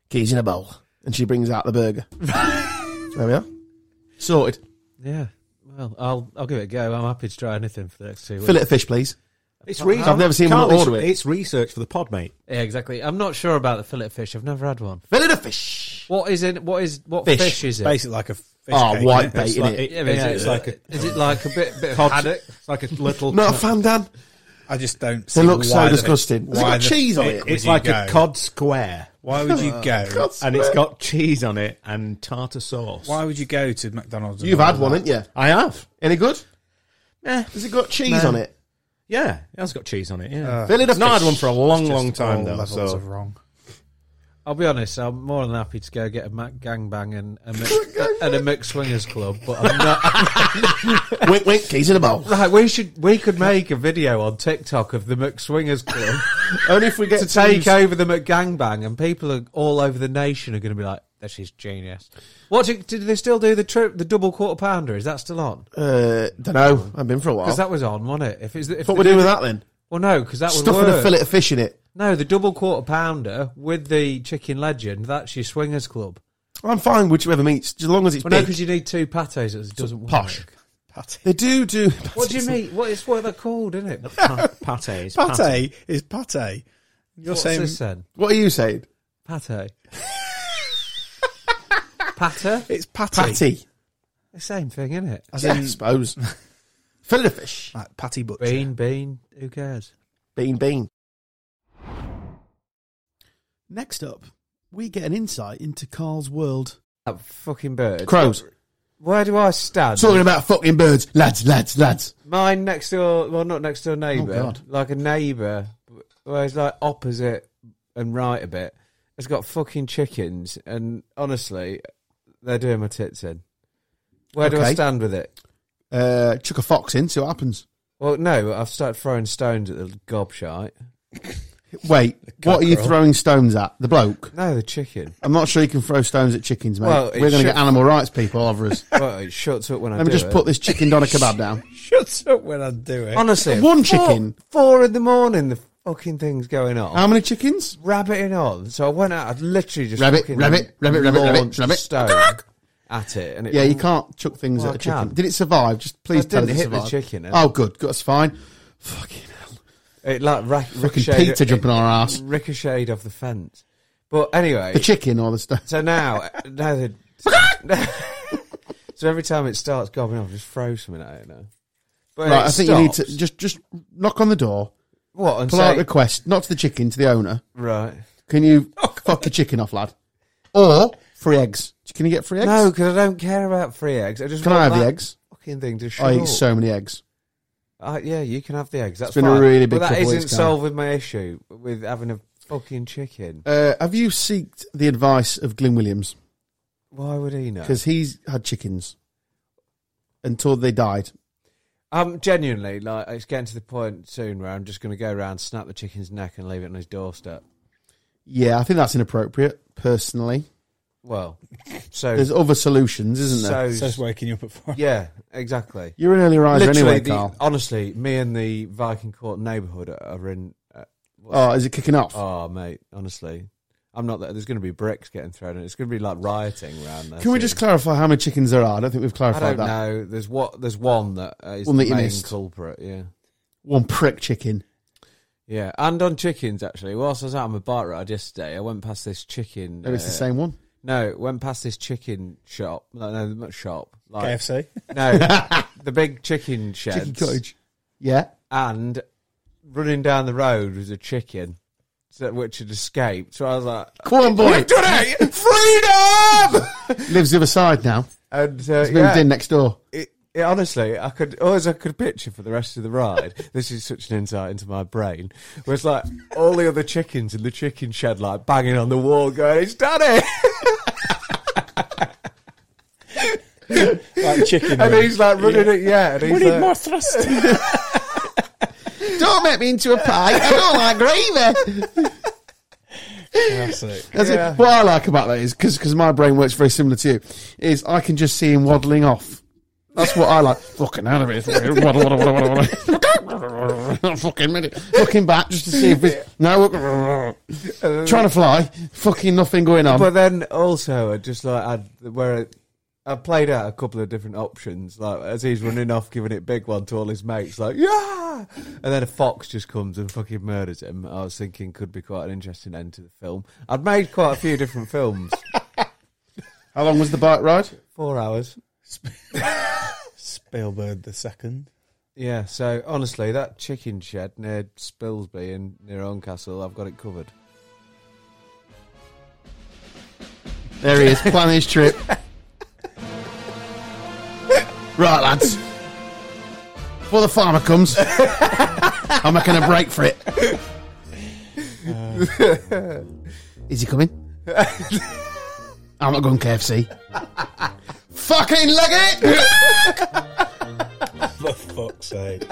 A: keys in a bowl, and she brings out the burger. *laughs* there we are. Sorted.
C: yeah well I'll I'll give it a go I'm happy to try anything for the next two weeks
A: Fillet of fish, please.
H: It's re-
A: I've never seen
H: Carl,
A: one
H: it's-
A: order it.
H: It's research for the pod, mate.
C: yeah exactly I'm not sure about the fillet fish I've never had one
A: Fillet of fish.
C: What is it? What is what
A: Fish.
C: fish, is it?
B: Basically, like a fish Ah,
A: Oh,
B: cake,
A: white
B: innit?
A: bait,
B: It's
A: innit?
B: like-
C: Yeah, but is,
H: Yeah,
C: it,
H: it's
C: like
H: like
C: a, is it like a bit bit of
H: Cod-
C: haddock?
H: It's like a
C: *laughs*
H: little.
A: Not a fan, Dan.
B: I just don't.
A: They
B: see
A: look so
B: why the-
A: disgusting. Has it
B: why
A: got cheese on it?
B: Would
H: it's
B: you
H: like
B: go?
H: a cod square,
B: Why
A: *laughs*
B: would you go?
A: God.
H: and it's got cheese on it and tartar sauce.
B: Why would you go to McDonald's? and
A: You've
B: order
A: had one,
B: that?
A: haven't you?
H: I have.
A: Any good?
H: Yeah,
A: Has it got cheese
H: No.
A: on it?
H: yeah, it has got cheese on it. Yeah,
B: Uh,
A: Fillet of
H: not
A: fish.
H: had one for a long, long
B: Just
H: time
B: all
H: though.
B: Levels
H: So
B: of wrong.
C: I'll be honest. I'm more than happy to go get a Mac gangbang and a Mc, and a Mc swingers club, but I'm *laughs* not.
A: wink, wink, keys in the *laughs* bowl.
C: right, we should we could make a video on TikTok of the Mc swingers club
A: Only if we get
C: to take over the Mc gangbang, and people are, all over the nation are going to be like, "This is genius." What do, do they still do the trip? The double quarter pounder is that still on?
A: Uh, don't know. I've been for a while.
C: Because that was on, wasn't it? If it's if
A: what
C: they
A: we
C: do
A: do with
C: the-
A: that then?
C: Well, no, because that would
A: Stuffing
C: work.
A: a fillet of fish in it.
C: No, the double quarter pounder with the chicken legend. That's your swingers club.
A: I'm fine whichever meats, as long as it's
C: Well, no,
A: big.
C: because you need two pates. It doesn't work.
A: posh. they do do.
C: What do you mean? What it's what they're called,
A: *laughs*
C: isn't it?
H: Pa- Pate's.
B: Pate, is pate. You're
C: What's
B: saying
C: this then?
A: What are you saying? *laughs*
C: Pate. Patter.
B: it's pate.
A: Patty.
C: The same thing, isn't it?
A: As in, I suppose. *laughs* fillet of fish.
B: Like patty butcher.
C: Bean, bean. Who cares?
A: Bean, bean. Next up, we get an insight into Carl's world.
C: That fucking bird.
A: Crows.
C: Where do I stand?
A: Talking about fucking birds. Lads, lads, lads.
C: Mine next door. Well, not next door neighbour.
A: Oh, God.
C: Like a neighbour, where it's like opposite and right a bit. It's got fucking chickens, and honestly, they're doing my tits in. Where do I
A: Okay.
C: stand with it?
A: Uh, chuck a fox in, see what happens.
C: Well, no, I've started throwing stones at the gobshite.
A: Wait, what are you throwing stones at? The bloke?
C: No, the
A: *laughs*
C: chicken.
A: I'm not sure you can throw stones at chickens, mate.
C: Well, it
A: We're going to
C: should-
A: get animal rights people all
C: *laughs*
A: over us.
C: well, it shuts up when I
A: Let
C: do
A: me just
C: it.
A: put this chicken doner kebab
C: *laughs*
A: down.
B: Shut up when I do it.
C: Honestly,
A: One
C: four-
A: chicken.
C: Four in the morning, the fucking thing's going on.
A: How many chickens?
C: rabbiting on. So I went out. I literally just
A: Rabbit,
C: fucking
A: rabbit, rabbit, rabbit, rabbit,
C: launched
A: rabbit.
C: stone at it, and it
A: Yeah, you can't chuck things
C: Oh.
A: at
C: Well, I
A: a chicken.
C: can.
A: Did it survive? Just please
C: I
A: tell
C: didn't
A: it
C: hit the
A: survived.
C: chicken, eh?
A: Oh, good. That's fine. Fucking hell.
C: It like ra-
A: Fucking
C: ricocheted,
A: Peter jumping on our ass.
C: ricocheted off the fence. But anyway,
A: The chicken or the stuff.
C: so now *laughs* now the *laughs* so every time it starts gobbling off, I just throw something at it now. But
A: Right,
C: it
A: I think you need
C: stops.
A: to just just knock on the door,
C: what and
A: polite
C: say,
A: request, not to the chicken, to the owner.
C: right.
A: Can
C: *laughs*
A: you
C: Oh,
A: fuck your chicken off, lad? Or free eggs. Can you get free eggs?
C: No, because I don't care about free eggs. I just
A: Can I
C: want
A: have the
C: that
A: eggs?
C: Fucking thing to shut
A: I eat
C: up.
A: so many eggs.
C: Uh, yeah, you can have the eggs. That's
A: been a
C: fine.
A: really big
C: But that
A: couple of
C: isn't
A: weeks, Karen.
C: solving my issue with having a fucking chicken.
A: Uh, have you seeked the advice of Glyn Williams?
C: Why would he know?
A: Because he's had chickens until they died.
C: I'm Um, genuinely like it's getting to the point soon where I'm just going to go around, snap the chicken's neck, and leave it on his doorstep.
A: Yeah, I think that's inappropriate, personally. *laughs*
C: Well, so
A: There's other solutions, isn't there?
C: so
B: Says waking you up at four.
C: yeah, exactly.
A: You're an early riser
C: Literally,
A: anyway,
C: the-
A: Carl.
C: honestly, me and the Viking Court neighbourhood are in. Uh,
A: Oh, is it kicking off?
C: oh, mate, honestly, I'm not there. There's going to be bricks getting thrown, and it's going to be like rioting around there.
A: Can we
C: soon.
A: just clarify how many chickens there are? I don't think we've
C: I don't
A: clarified that.
C: know. There's what? There's one that uh, is
A: One
C: the
A: that you
C: main
A: missed.
C: culprit. Yeah.
A: One prick chicken.
C: Yeah, and on chickens actually. Whilst I was out on my bike ride yesterday, I went past this chicken.
A: Maybe it's the
C: uh,
A: same one.
C: No, went past this chicken shop. No, no, not shop. Like
B: KFC.
A: *laughs*
C: no, the big chicken shed.
A: Chicken cottage. Yeah.
C: And running down the road was a chicken, so, which had escaped. So I was like,
A: Come on, boy.
C: "Done it! freedom!"
A: *laughs* Lives the other side now.
C: and uh,
A: He's moved
C: yeah,
A: in next door.
C: it, it, honestly, I could always I could picture for the rest of the ride. *laughs* this is such an insight into my brain. Was like all the other chickens in the chicken shed, like banging on the wall, going, "It's done *laughs* it!"
B: *laughs* Like chicken. Uh,
C: and
B: wing.
C: he's like running it, yeah. And he's
B: we need
C: like-
B: more *laughs* thrust.
A: Don't make me into a pie. I don't like gravy.
B: That's it.
A: That's
C: Yeah.
A: it. What I like about that is because my brain works very similar to you. Is I can just see him waddling off. That's what I like. Fucking out of it. Waddle, waddle, waddle, waddle, waddle. *laughs* Fucking minute. Looking back just to see if it's no
C: *laughs*
A: trying to fly. Fucking nothing going on.
C: But then also, I just like I'd, where I, I played out a couple of different options. Like as he's running off, giving it big one to all his mates, like yeah. And then a fox just comes and fucking murders him. I was thinking could be quite an interesting end to the film. I'd made quite a few different
B: *laughs*
C: films.
A: How long was the bike ride?
C: Four hours.
B: Spielberg the second.
C: Yeah. So honestly, that chicken shed near Spilsby and near Oncastle, I've got it covered.
A: There he is, planning his trip. right, lads. Before the farmer comes, I'm making a break for it. Is he coming? I'm not going KFC.
G: Fucking leg it!
B: For fuck's sake.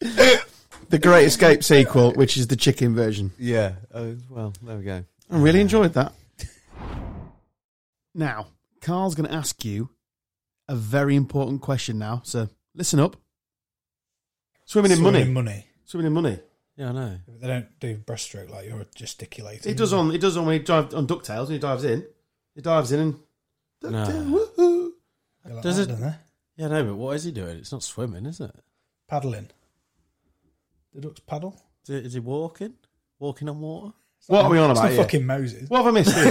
A: The Great Escape sequel, which is the chicken version.
C: Yeah.
A: uh,
C: Oh, well, there we go.
A: I really enjoyed that. Now, Carl's going to ask you a very important question now, so listen up. Swimming in money.
B: Swimming money.
A: Swimming in money.
C: Yeah, I know.
B: They don't do breaststroke like you're gesticulating.
A: He does on. He does on when he dives on Ducktales. When he dives in, he dives in and. DuckTales, woohoo.
B: They're like
C: Does
B: that,
C: it-
B: don't they?
C: Yeah, no, but what is he doing? It's not swimming, is it?
B: Paddling. The ducks paddle.
C: Is, it, is he walking? Walking on water?
A: What are we on
B: It's
A: about
B: not
A: here?
B: fucking Moses.
A: What have I missed? Here?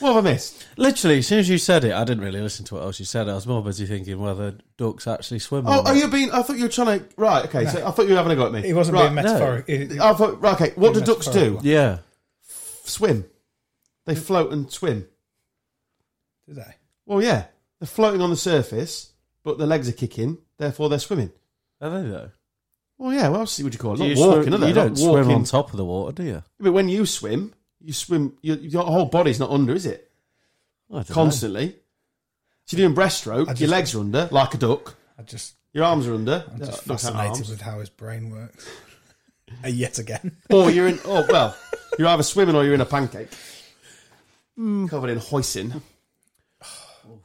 A: what have I missed?
C: Literally, as soon as you said it, I didn't really listen to what else you said. I was more busy thinking whether ducks actually swim. or
A: Oh, are
C: not.
A: you being? I thought you were trying to. Right. Okay. So I thought you were having a go at me.
B: He wasn't
A: right,
B: being metaphoric. He- he-
A: I thought. Right, okay. What do
B: Being
A: ducks do?
B: metaphorical.
C: Yeah.
B: *laughs*
A: Swim. They float and swim.
B: Did they?
A: Well, yeah. They're floating on the surface, but their legs are kicking. Therefore, they're swimming.
C: Are they though?
A: Well, yeah. What else would you call it?
C: Do
A: Not
C: you
A: walking,
C: swim-
A: are they?
C: You
A: Not
C: don't swim
A: walking.
C: on top of the water, do you?
A: But when you swim, you swim. Your, your whole body's not under, is it?
C: I don't know.
A: Constantly. So you're doing breaststroke.
B: I just-
A: your legs are under, like a duck.
B: I just,
A: Your arms are under.
B: I'm just
A: Ducks have
B: fascinated
A: arms.
B: with how his brain works. Uh, Yet *laughs* again.
A: or you're in. Oh well, you're either swimming or you're in a pancake,
B: Hmm.
A: covered in hoisin.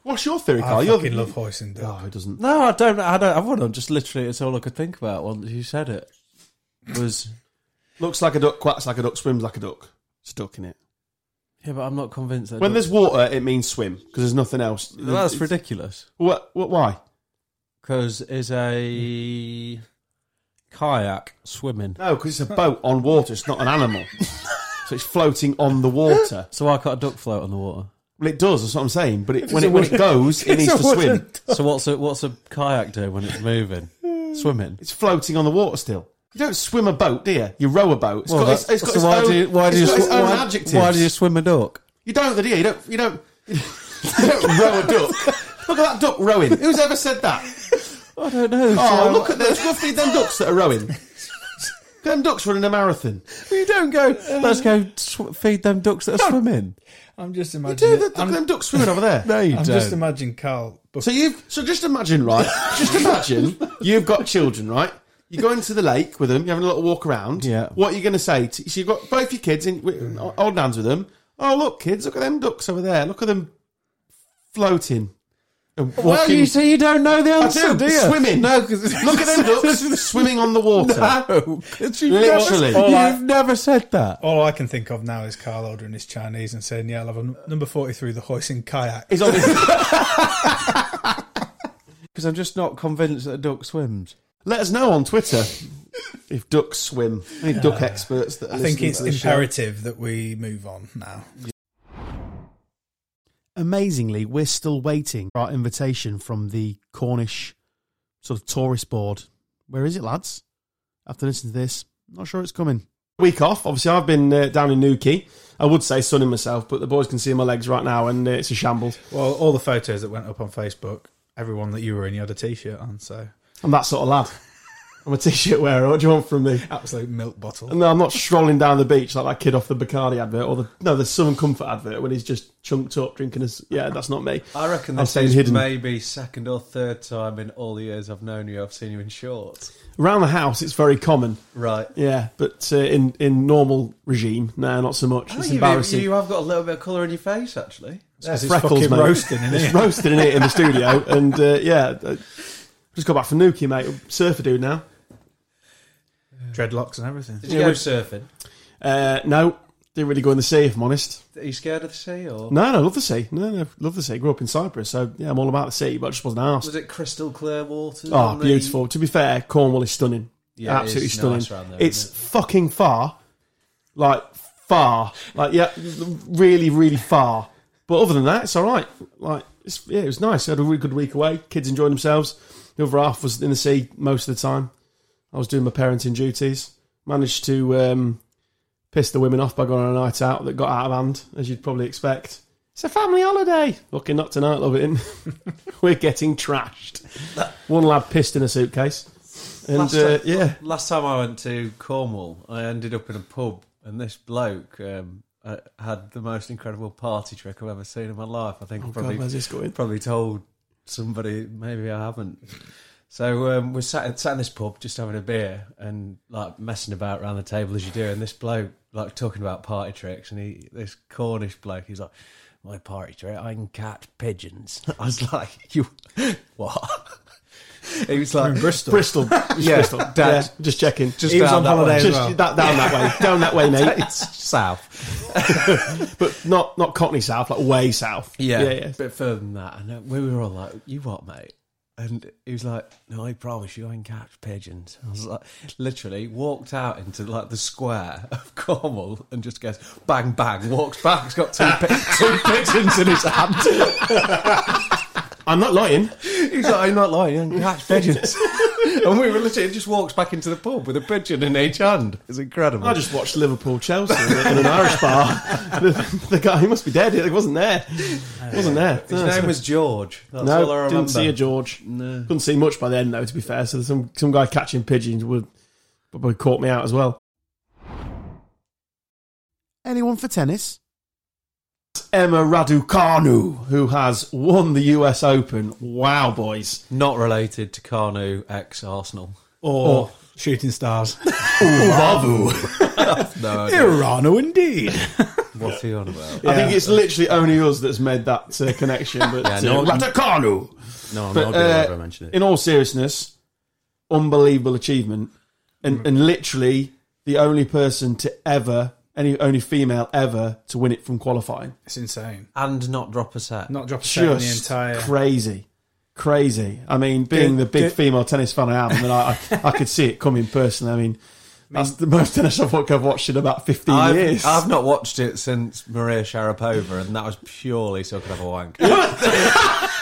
A: What's your theory, Carl?
B: I
A: You're-
B: fucking love hoisting duck.
A: Oh, it doesn't.
C: No, I don't. I don't have one. I'm just literally. It's all I could think about once you said it. Was
A: Looks like a duck, quacks like a duck, swims like a duck. It's a duck in it.
C: yeah, but I'm not convinced. That
A: When
C: ducks-
A: there's water, it means swim because there's nothing else.
C: that's
A: It's-
C: ridiculous
A: What, what? Why?
C: because is a kayak swimming.
A: No, because it's a boat on water. It's not an animal, so it's floating on the water.
C: So why can't a duck float on the water?
A: Well, it does. That's what I'm saying. But it, when it when it goes, it needs to swim.
C: So what's a what's a kayak doing when it's moving? Swimming.
A: It's floating on the water still. You don't swim a boat, do you? You row a boat. It's got, its, it's got
C: so
A: its
C: why
A: own,
C: do you why
A: it's
C: do you
A: got its
C: sw-
A: own
C: why-
A: adjectives.
C: why do you swim a duck?
A: You don't, do you? You don't. You don't. You don't *laughs* row a duck. Look at that duck rowing. Who's ever said that?
C: I don't know.
A: Oh, look at those lovely them ducks that are
C: *laughs*
A: rowing. Them ducks running a marathon.
C: you don't go.
A: um,
C: Let's go sw- feed them ducks that are swimming.
B: I'm just
A: Dude,
B: imagining.
A: look at
B: I'm,
A: them ducks swimming over there.
C: No, you
B: I'm
C: don't.
B: just imagining Carl. Book,
A: So you so just imagine, right? Just imagine you've got children, right? You go into the lake with them. You're having a little walk around.
C: Yeah.
A: What are you going to say? To, so you've got both your kids in with- old nan's with them. Oh look, kids! Look at them ducks over there. Look at them floating. And walking.
C: well, you say you don't know the answer,
A: do,
C: do you?
A: swimming. *laughs*
C: No, *laughs* because
A: Look at them ducks swimming on the water.
C: No, 'cause you've
A: Literally.
C: never,
B: All I-
C: you've never said that.
B: all I can think of now is Carl ordering his Chinese and saying, "Yeah, I'll have a n- number forty-three, the hoisting kayak."
A: It's obvious.
C: Because I'm just not convinced that a duck swims.
A: Let us know on Twitter if ducks swim. Any duck experts that are
B: I think
A: listening
B: it's
A: to this show.
B: imperative that we move on now.
A: Amazingly, we're still waiting for our invitation from the Cornish sort of tourist board. Where is it, lads? After listening to this, not sure it's coming. Week off. Obviously, I've been uh, down in Newquay. I would say sunning myself, but the boys can see my legs right now, and uh, it's a shambles.
B: Well, all the photos that went up on Facebook, everyone that you were in, you had a T-shirt on, so
A: I'm that sort of lad. I'm a t-shirt wearer. What do you want from me? *laughs*
B: absolute milk bottle.
A: No, I'm not strolling down the beach like that kid off the Bacardi advert or the no the Southern Comfort advert when he's just chunked up drinking his. Yeah, that's not me.
C: I reckon
A: I'm this staying is hidden.
C: maybe second or third time in all the years I've known you, I've seen you in shorts.
A: Around the house, it's very common.
C: Right.
A: Yeah, but uh, in in normal regime, no, not so much. It's embarrassing.
C: have got a little bit of colour in your face, actually.
A: It's
B: It's fucking roasting in
A: It's
B: here.
A: roasting in it in the studio, and uh, yeah, I just got back from Nuki, mate. I'm surfer dude now.
B: Dreadlocks and everything.
A: you go
C: surfing?
A: Uh, no, didn't really go in the sea, if I'm honest.
C: Are you scared of the sea, or
A: No, no, love the sea. No, no, love the sea. Grew up in Cyprus, so yeah, I'm all about the sea, but I just wasn't asked.
C: it crystal clear water?
A: Oh, beautiful. To be fair, Cornwall is stunning.
C: Yeah, it
A: absolutely
C: is
A: stunning.
C: nice round there,
A: it's
C: isn't
A: fucking far, like far, like yeah, really, really far. But other than that, it's all right. Like, it's, yeah, it was nice. I had a really good week away. Kids enjoyed themselves. The other half was in the sea most of the time. I was doing my parenting duties. Managed to um, piss the women off by going on a night out that got out of hand, as you'd probably expect. It's a family holiday. Fucking not tonight, love it. *laughs* in. We're getting trashed. One lad pissed in a suitcase. And
C: Last
A: uh,
C: time- Oh,
A: yeah,
C: Last time I went to Cornwall, I ended up in a pub and this bloke um, uh, had the most incredible party trick I've ever seen in my life. I think
A: Oh,
C: I probably
A: this going?
C: probably told somebody. Maybe I haven't. So um, we're sat, sat in this pub, just having a beer and like messing about around the table as you do. And this bloke, like talking about party tricks, and he, this Cornish bloke, he's like, "My party trick, I can catch pigeons." *laughs* I was like, "You what?" *laughs* He was like
A: Bristol. Bristol.
C: *laughs* yeah,
A: Yeah,
C: Dad,
A: just checking.
C: Just
A: he was
C: down
A: on
C: that
A: holiday
C: way.
A: as
C: Just
A: well. that, down that way. Down that
C: *laughs*
A: way, mate.
C: it's south.
A: But not not Cockney South, like way south. yeah, yeah.
C: bit further than that. And uh, we were all like, "You what, mate?" And he was like, "No, I promise you, I can catch pigeons." I was like, literally walked out into like the square of Cornwall and just goes bang bang, walks back. He's got two, pi-
A: *laughs*
C: two pigeons in his hand.
A: I'm not lying.
C: He's like, "I'm not lying, I can catch pigeons." *laughs* and we were literally just walks back into the pub with a pigeon in each hand. It's incredible.
A: I just watched Liverpool Chelsea in, in an Irish bar. *laughs* The, the guy, he must be dead. He wasn't there. wasn't there.
C: his
A: No,
C: name was George. That's all I
A: no,
C: remember.
A: didn't see a George.
C: No.
A: Couldn't see much by the end, though. To be fair, so some some guy catching pigeons would probably caught me out as well. Anyone for tennis? Emma Raducanu, who has won the U.S. Open. Wow, boys!
C: Not related to Carnu ex Arsenal.
A: Oh.
B: Or
A: *laughs*
B: shooting stars.
C: *laughs* No, I don't.
B: Irano, indeed.
H: *laughs*
C: what's he on about?
A: I think it's literally only us that's made that uh, connection. But
H: *laughs* Yeah, no
A: uh,
H: one-
A: Raducanu.
H: No, I'm
A: But,
H: not going to
A: uh,
H: ever mention it.
A: in all seriousness, unbelievable achievement, and and literally the only person to ever, any only female ever to win it from qualifying.
B: It's insane.
C: and not drop a set.
B: Not drop a set in the
A: Just
B: entire.
A: crazy, crazy. I mean, being the big
B: did-
A: female tennis fan I am, I mean, I, I, I could see it coming personally. I mean. That's the most tennis I've I've watched in about 15 years.
C: I've, I've not watched it since Maria Sharapova, and that was purely so I could have a wank. It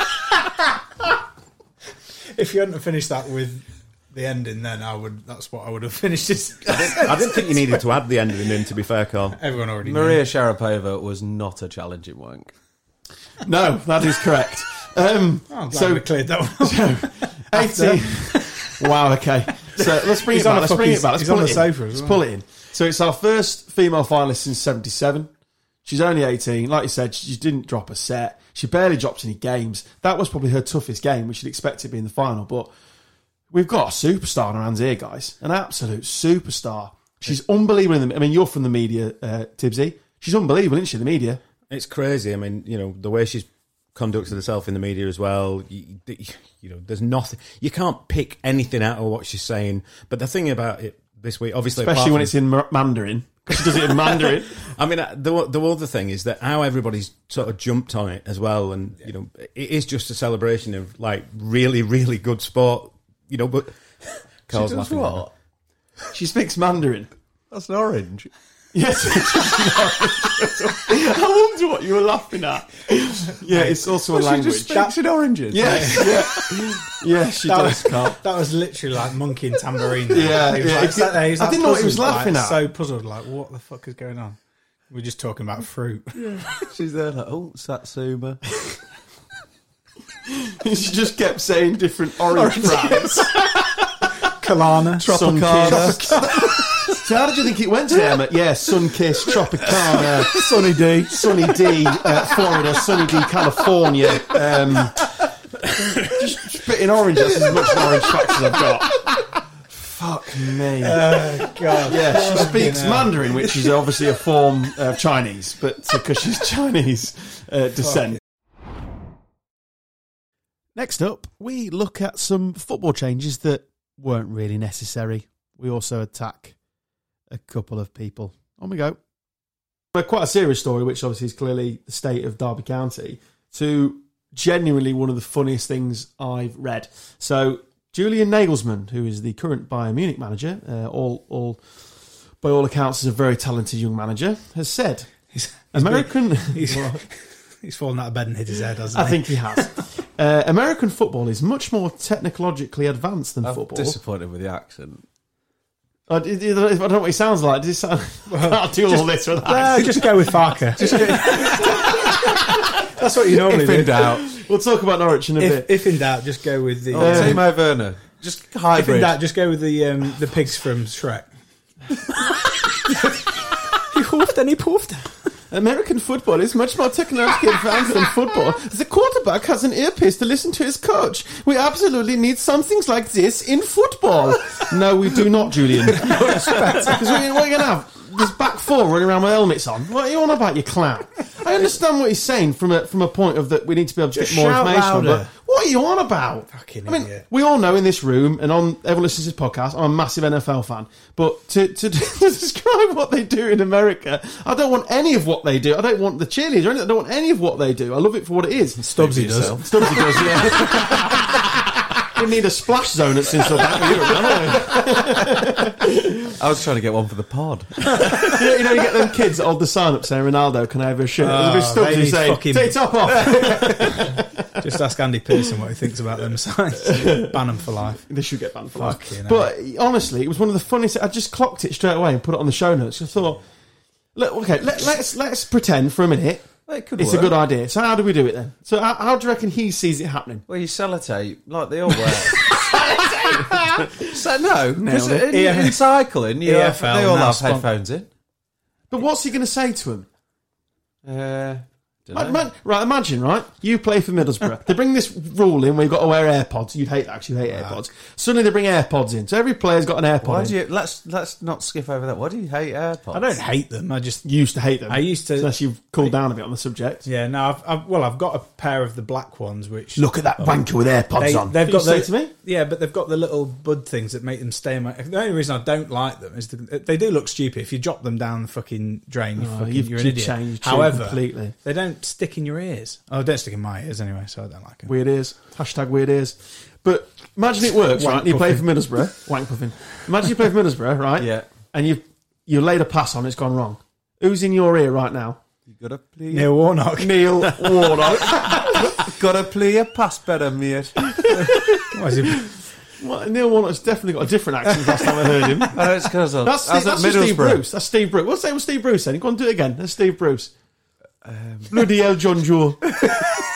B: If you hadn't have finished that with the ending, then I would. That's what I would have finished
A: *laughs*
B: it.
H: I didn't think you needed to add the end of the in, to be fair, Carl.
B: Everyone already knew.
C: Maria Sharapova was not a challenging wank.
A: no, that is correct. Um,
B: Oh, I'm glad
A: so
B: we
A: *laughs*
B: cleared that one. up.
A: 18. *laughs* wow, okay. So let's bring
B: He's
A: it
B: on
A: back. Let's
B: a
A: bring
B: fucking-
A: it back. Let's
B: he's
A: pull
B: on
A: it
B: the
A: in.
B: sofa as
A: Let's
B: well.
A: pull it in. So it's our first female finalist since 77. She's only 18. Like you said, she didn't drop a set. She barely dropped any games. That was probably her toughest game, which you'd expect to be in the final. But we've got a superstar in our hands here, guys. An absolute superstar. She's unbelievable. In the, I mean, you're from the media, uh, Tibbsy. She's unbelievable, isn't she, the media?
H: It's crazy. I mean, you know, the way she's conducted herself in the media as well. You, you know, there's nothing. You can't pick anything out of what she's saying. But the thing about it this week, obviously, apart
A: Especially when
H: from-
A: it's in Ma- Mandarin. She does it
B: *laughs*
A: in Mandarin.
H: I mean, uh, the the other thing is that how everybody's sort of jumped on it as well, and you know, it is just a celebration of like really, really good sport. You know, but Carl's
C: does
H: laughing.
C: what?
A: She speaks Mandarin.
C: That's an orange.
A: Yes. *laughs* I wonder what you were laughing at. Yeah, it's also a language.
C: That's in oranges.
A: *laughs*
C: Yeah.
A: yes, yeah. yeah, she
B: That
A: does,
B: was,
A: Carl.
B: that was literally like monkey and tambourine.
A: Yeah,
B: He was
A: yeah.
B: like sat there, he was
A: I
B: like
A: didn't know what he was
B: puzzled,
A: laughing
B: like,
A: at.
B: So puzzled, like what the fuck is going on? We're just talking about fruit.
C: She's there like, oh, Satsuma.
A: *laughs* she just kept saying different orange brands. *laughs*
B: Kalana,
A: Tropicana.
C: *laughs*
A: so how did you think it went today, Emma? Yeah, Sunkiss,
C: *laughs*
A: Tropicana, Sunny D, Sunny D, uh, Florida, Sunny D, California. Um, just spitting orange. That's as much orange facts as I've got. Uh, Fuck me.
B: God.
A: Yeah, she speaks Mandarin, which is obviously a form of Chinese, but because she's *laughs* Chinese uh, descent. Next up, we look at some football changes that weren't really necessary. We also attack a couple of people. On we go. But quite a serious story, which obviously is clearly the state of Derby County, to genuinely one of the funniest things I've read. So Julian Nagelsmann, who is the current Bayern Munich manager, uh, all all by all accounts is a very talented young manager, has said
B: He's,
A: *laughs*
B: he's
A: American.
B: been- He's, he's fallen out of bed and hit his head, hasn't
A: I
B: he?
A: think he
B: *laughs*
A: has. Uh, American football is much more technologically advanced than
C: I'm
A: football.
C: disappointed with the accent.
A: I, I don't know what he sounds like. Does he sound? *laughs* I'll do all this with
B: *laughs*
A: that.
B: No, just go with Farker.
A: *laughs*
B: That's what you normally
C: If in
B: do.
C: doubt,
A: We'll talk about Norwich in a bit.
B: If, if in doubt, just go with the.
C: oh,
B: um,
C: Timo Werner. Just
B: if in
C: hybrid.
B: doubt, just go with the um, the pigs from Shrek.
A: puffed and he puffed. American football is much more technologically advanced than football. The quarterback has an earpiece to listen to his coach. We absolutely need some things like this in football. No, we do not,
B: *laughs*
A: Julian. *laughs* Because what are you going to have? This back four running around with helmets on. What are you on about, you clown? I understand what he's saying from a, from a point of that we need to be able to
B: Just
A: get more
B: shout
A: information.
B: louder.
A: But what are you on about?
B: Fucking
A: I mean,
B: idiot.
A: we all know in this room, and on everyone listens to this podcast, I'm a massive NFL fan. But to, to, *laughs* to describe what they do in America, I don't want any of what they do. I don't want the cheerleaders. or anything. I don't want any of what they do. I love it for what it is.
B: Stubbsy does.
A: Stubbsy does, yeah. *laughs* We need a splash zone at Sinsel Bank. You know,
C: I was trying to get one for the pod.
A: you know, you get them kids that hold the sign up saying, Ronaldo, can I have your shirt?
B: Oh,
A: There's a big Stubbsy
B: they need
A: saying,
B: fucking-
A: take top
B: *laughs*
A: off.
B: Just ask Andy Pearson what he thinks about them signs. Ban them for life.
A: they should get banned for that.
B: Fucking hell.
A: But honestly, it was one of the funniest. I just clocked it straight away and put it on the show notes. I thought, look, okay, let, let's let's pretend for a minute
C: It could
A: it's a
C: work.
A: good idea. So how do we do it then? So how, how do you reckon he sees it happening?
C: Well, you sellotape like they
A: *laughs*
C: all wear. so no, 'cause
A: Nailed it. E
C: in, in cycling, you have,
B: EFL
C: they all
B: now
C: have
B: spon-
C: headphones in.
A: But what's he going to say to him?
C: Uh, don't
A: Ma-
C: know.
A: ma- right, imagine, right? You play for Middlesbrough. they bring this rule in where you've got to wear AirPods. You'd hate that because you hate
B: Ah.
A: AirPods. Suddenly they bring AirPods in. So every player's got an AirPod.
C: Why
A: in.
C: do you? Let's let's not skip over that. Why do you hate AirPods?
B: I don't hate them. I just
A: You used to hate them.
B: I used to-
A: Unless you've cooled down a bit on the subject.
B: yeah. No, I've, I've well, I've got a pair of the black ones which
A: Look at that wanker with AirPods
B: They,
A: on.
B: have
A: You
B: got
A: say
B: the,
A: to me?
B: yeah, but they've got the little bud things that make them stay in my. The only reason I don't like them is the, they do look stupid. If you drop them down the fucking drain, you
A: Oh,
B: fucking,
A: you've-
B: you're an
A: you've
B: idiot.
A: changed tune
B: However,
A: completely.
B: they don't stick in your ears. Oh, they don't stick in my ears anyway, so I don't like them.
A: Weird ears. Hashtag weird ears. But imagine it works, right? You play for Middlesbrough. *laughs* Wank puffing. Imagine you play for Middlesbrough, right?
C: Yeah.
A: And you've you laid a pass on, it's gone wrong. Who's in your ear right now?
C: You gotta
B: *laughs*
C: play.
B: Neil Warnock.
A: Neil
B: *laughs*
A: Warnock.
C: Gotta play your pass
A: *laughs*
C: better, mate.
B: What is he-
A: well, Neil Warnock's definitely got a different accent last time I heard *laughs* him.
C: I know it's because I
A: That's,
C: was I was
A: Steve, that's just
C: at
A: Steve
C: Middlesbrough.
A: Bruce. That's Steve Bruce. What's that with Steve Bruce then? Go and do it again. That's Steve Bruce. Bloody hell, John *laughs* Joe.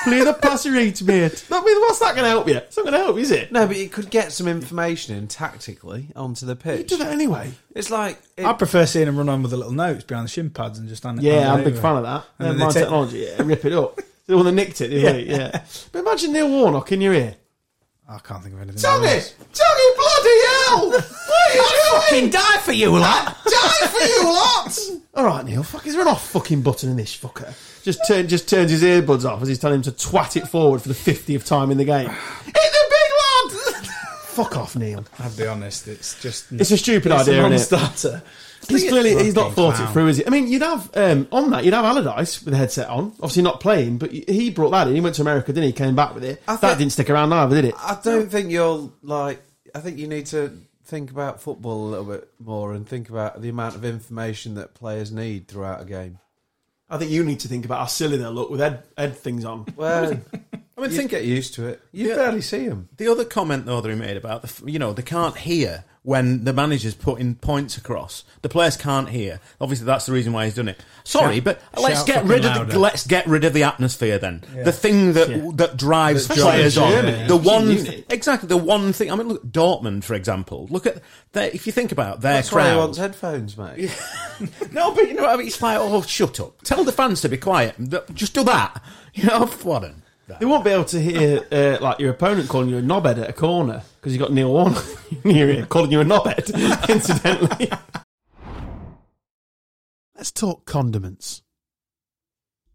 A: Play the passer eight, mate. That- What's that going to help you? It's not going to help, is it?
C: No, but you could get some information in tactically onto the
A: You
C: pitch.
A: do that anyway.
C: It's like it-
B: I prefer seeing him run on with the little notes behind the shin pads and just hand it. hand
A: Yeah,
B: it
A: I'm a big
B: over.
A: fan of that.
B: And
A: And
B: then
A: my
B: they take-
A: technology, yeah, rip it up. The one that nicked it, yeah. yeah. But imagine Neil Warnock in your ear.
B: I can't think of anything.
A: Tommy!
B: else.
A: Tommy, bloody *laughs* hell! What are you doing?
B: die for you lot.
A: Die for you lot! *laughs* All right, Neil, fuck, is there an off fucking button in this fucker? Just turn, just turns his earbuds off as he's telling him to twat it forward for the 50th time in the game. Hit the big lad! fuck off, Neil.
B: I'll be honest, it's just
A: It's a stupid idea,
B: a
A: isn't it?
B: non-starter.
A: He's clearly he's not
B: Fucking
A: thought it
B: clown.
A: through, is he? I mean, you'd have um, on that you'd have Allardyce with the headset on, obviously not playing, but he brought that in. He went to America, didn't he? Came back with it.
C: I
A: that
C: think-
A: didn't stick around either, did it?
C: I don't think you'll like. I think you need to think about football a little bit more and think about the amount of information that players need throughout a game.
A: I think you need to think about how silly they look with head, head things on.
C: Well,
H: I mean,
C: you
H: think
C: get used to it. You
H: Yeah.
C: barely see them.
H: the other comment though that he made about the f- you know they can't hear when the manager's putting points across. The players can't hear. Obviously, that's the reason why he's done it. Sorry,
B: Shout-
H: but let's
B: shout
H: get
B: fucking
H: rid of
B: louder.
H: the, let's get rid of the atmosphere then. The thing that that drives players
A: in
H: on.
A: Germany.
H: The
A: It's a
H: one
A: unit.
H: exactly the one thing. I mean, look at Dortmund for example. Look at their, if you think about their
C: That's why he
H: crowd.
C: wants headphones, mate.
H: No, but you know, what I mean, it's like, oh, shut up. Tell the fans to be quiet. Just do that. *laughs* You know, what? an-
A: They won't be able to hear uh, like your opponent calling you a knobhead at a corner because you got Neil Warnock *laughs* near it calling you a knobhead. *laughs* incidentally, let's talk condiments.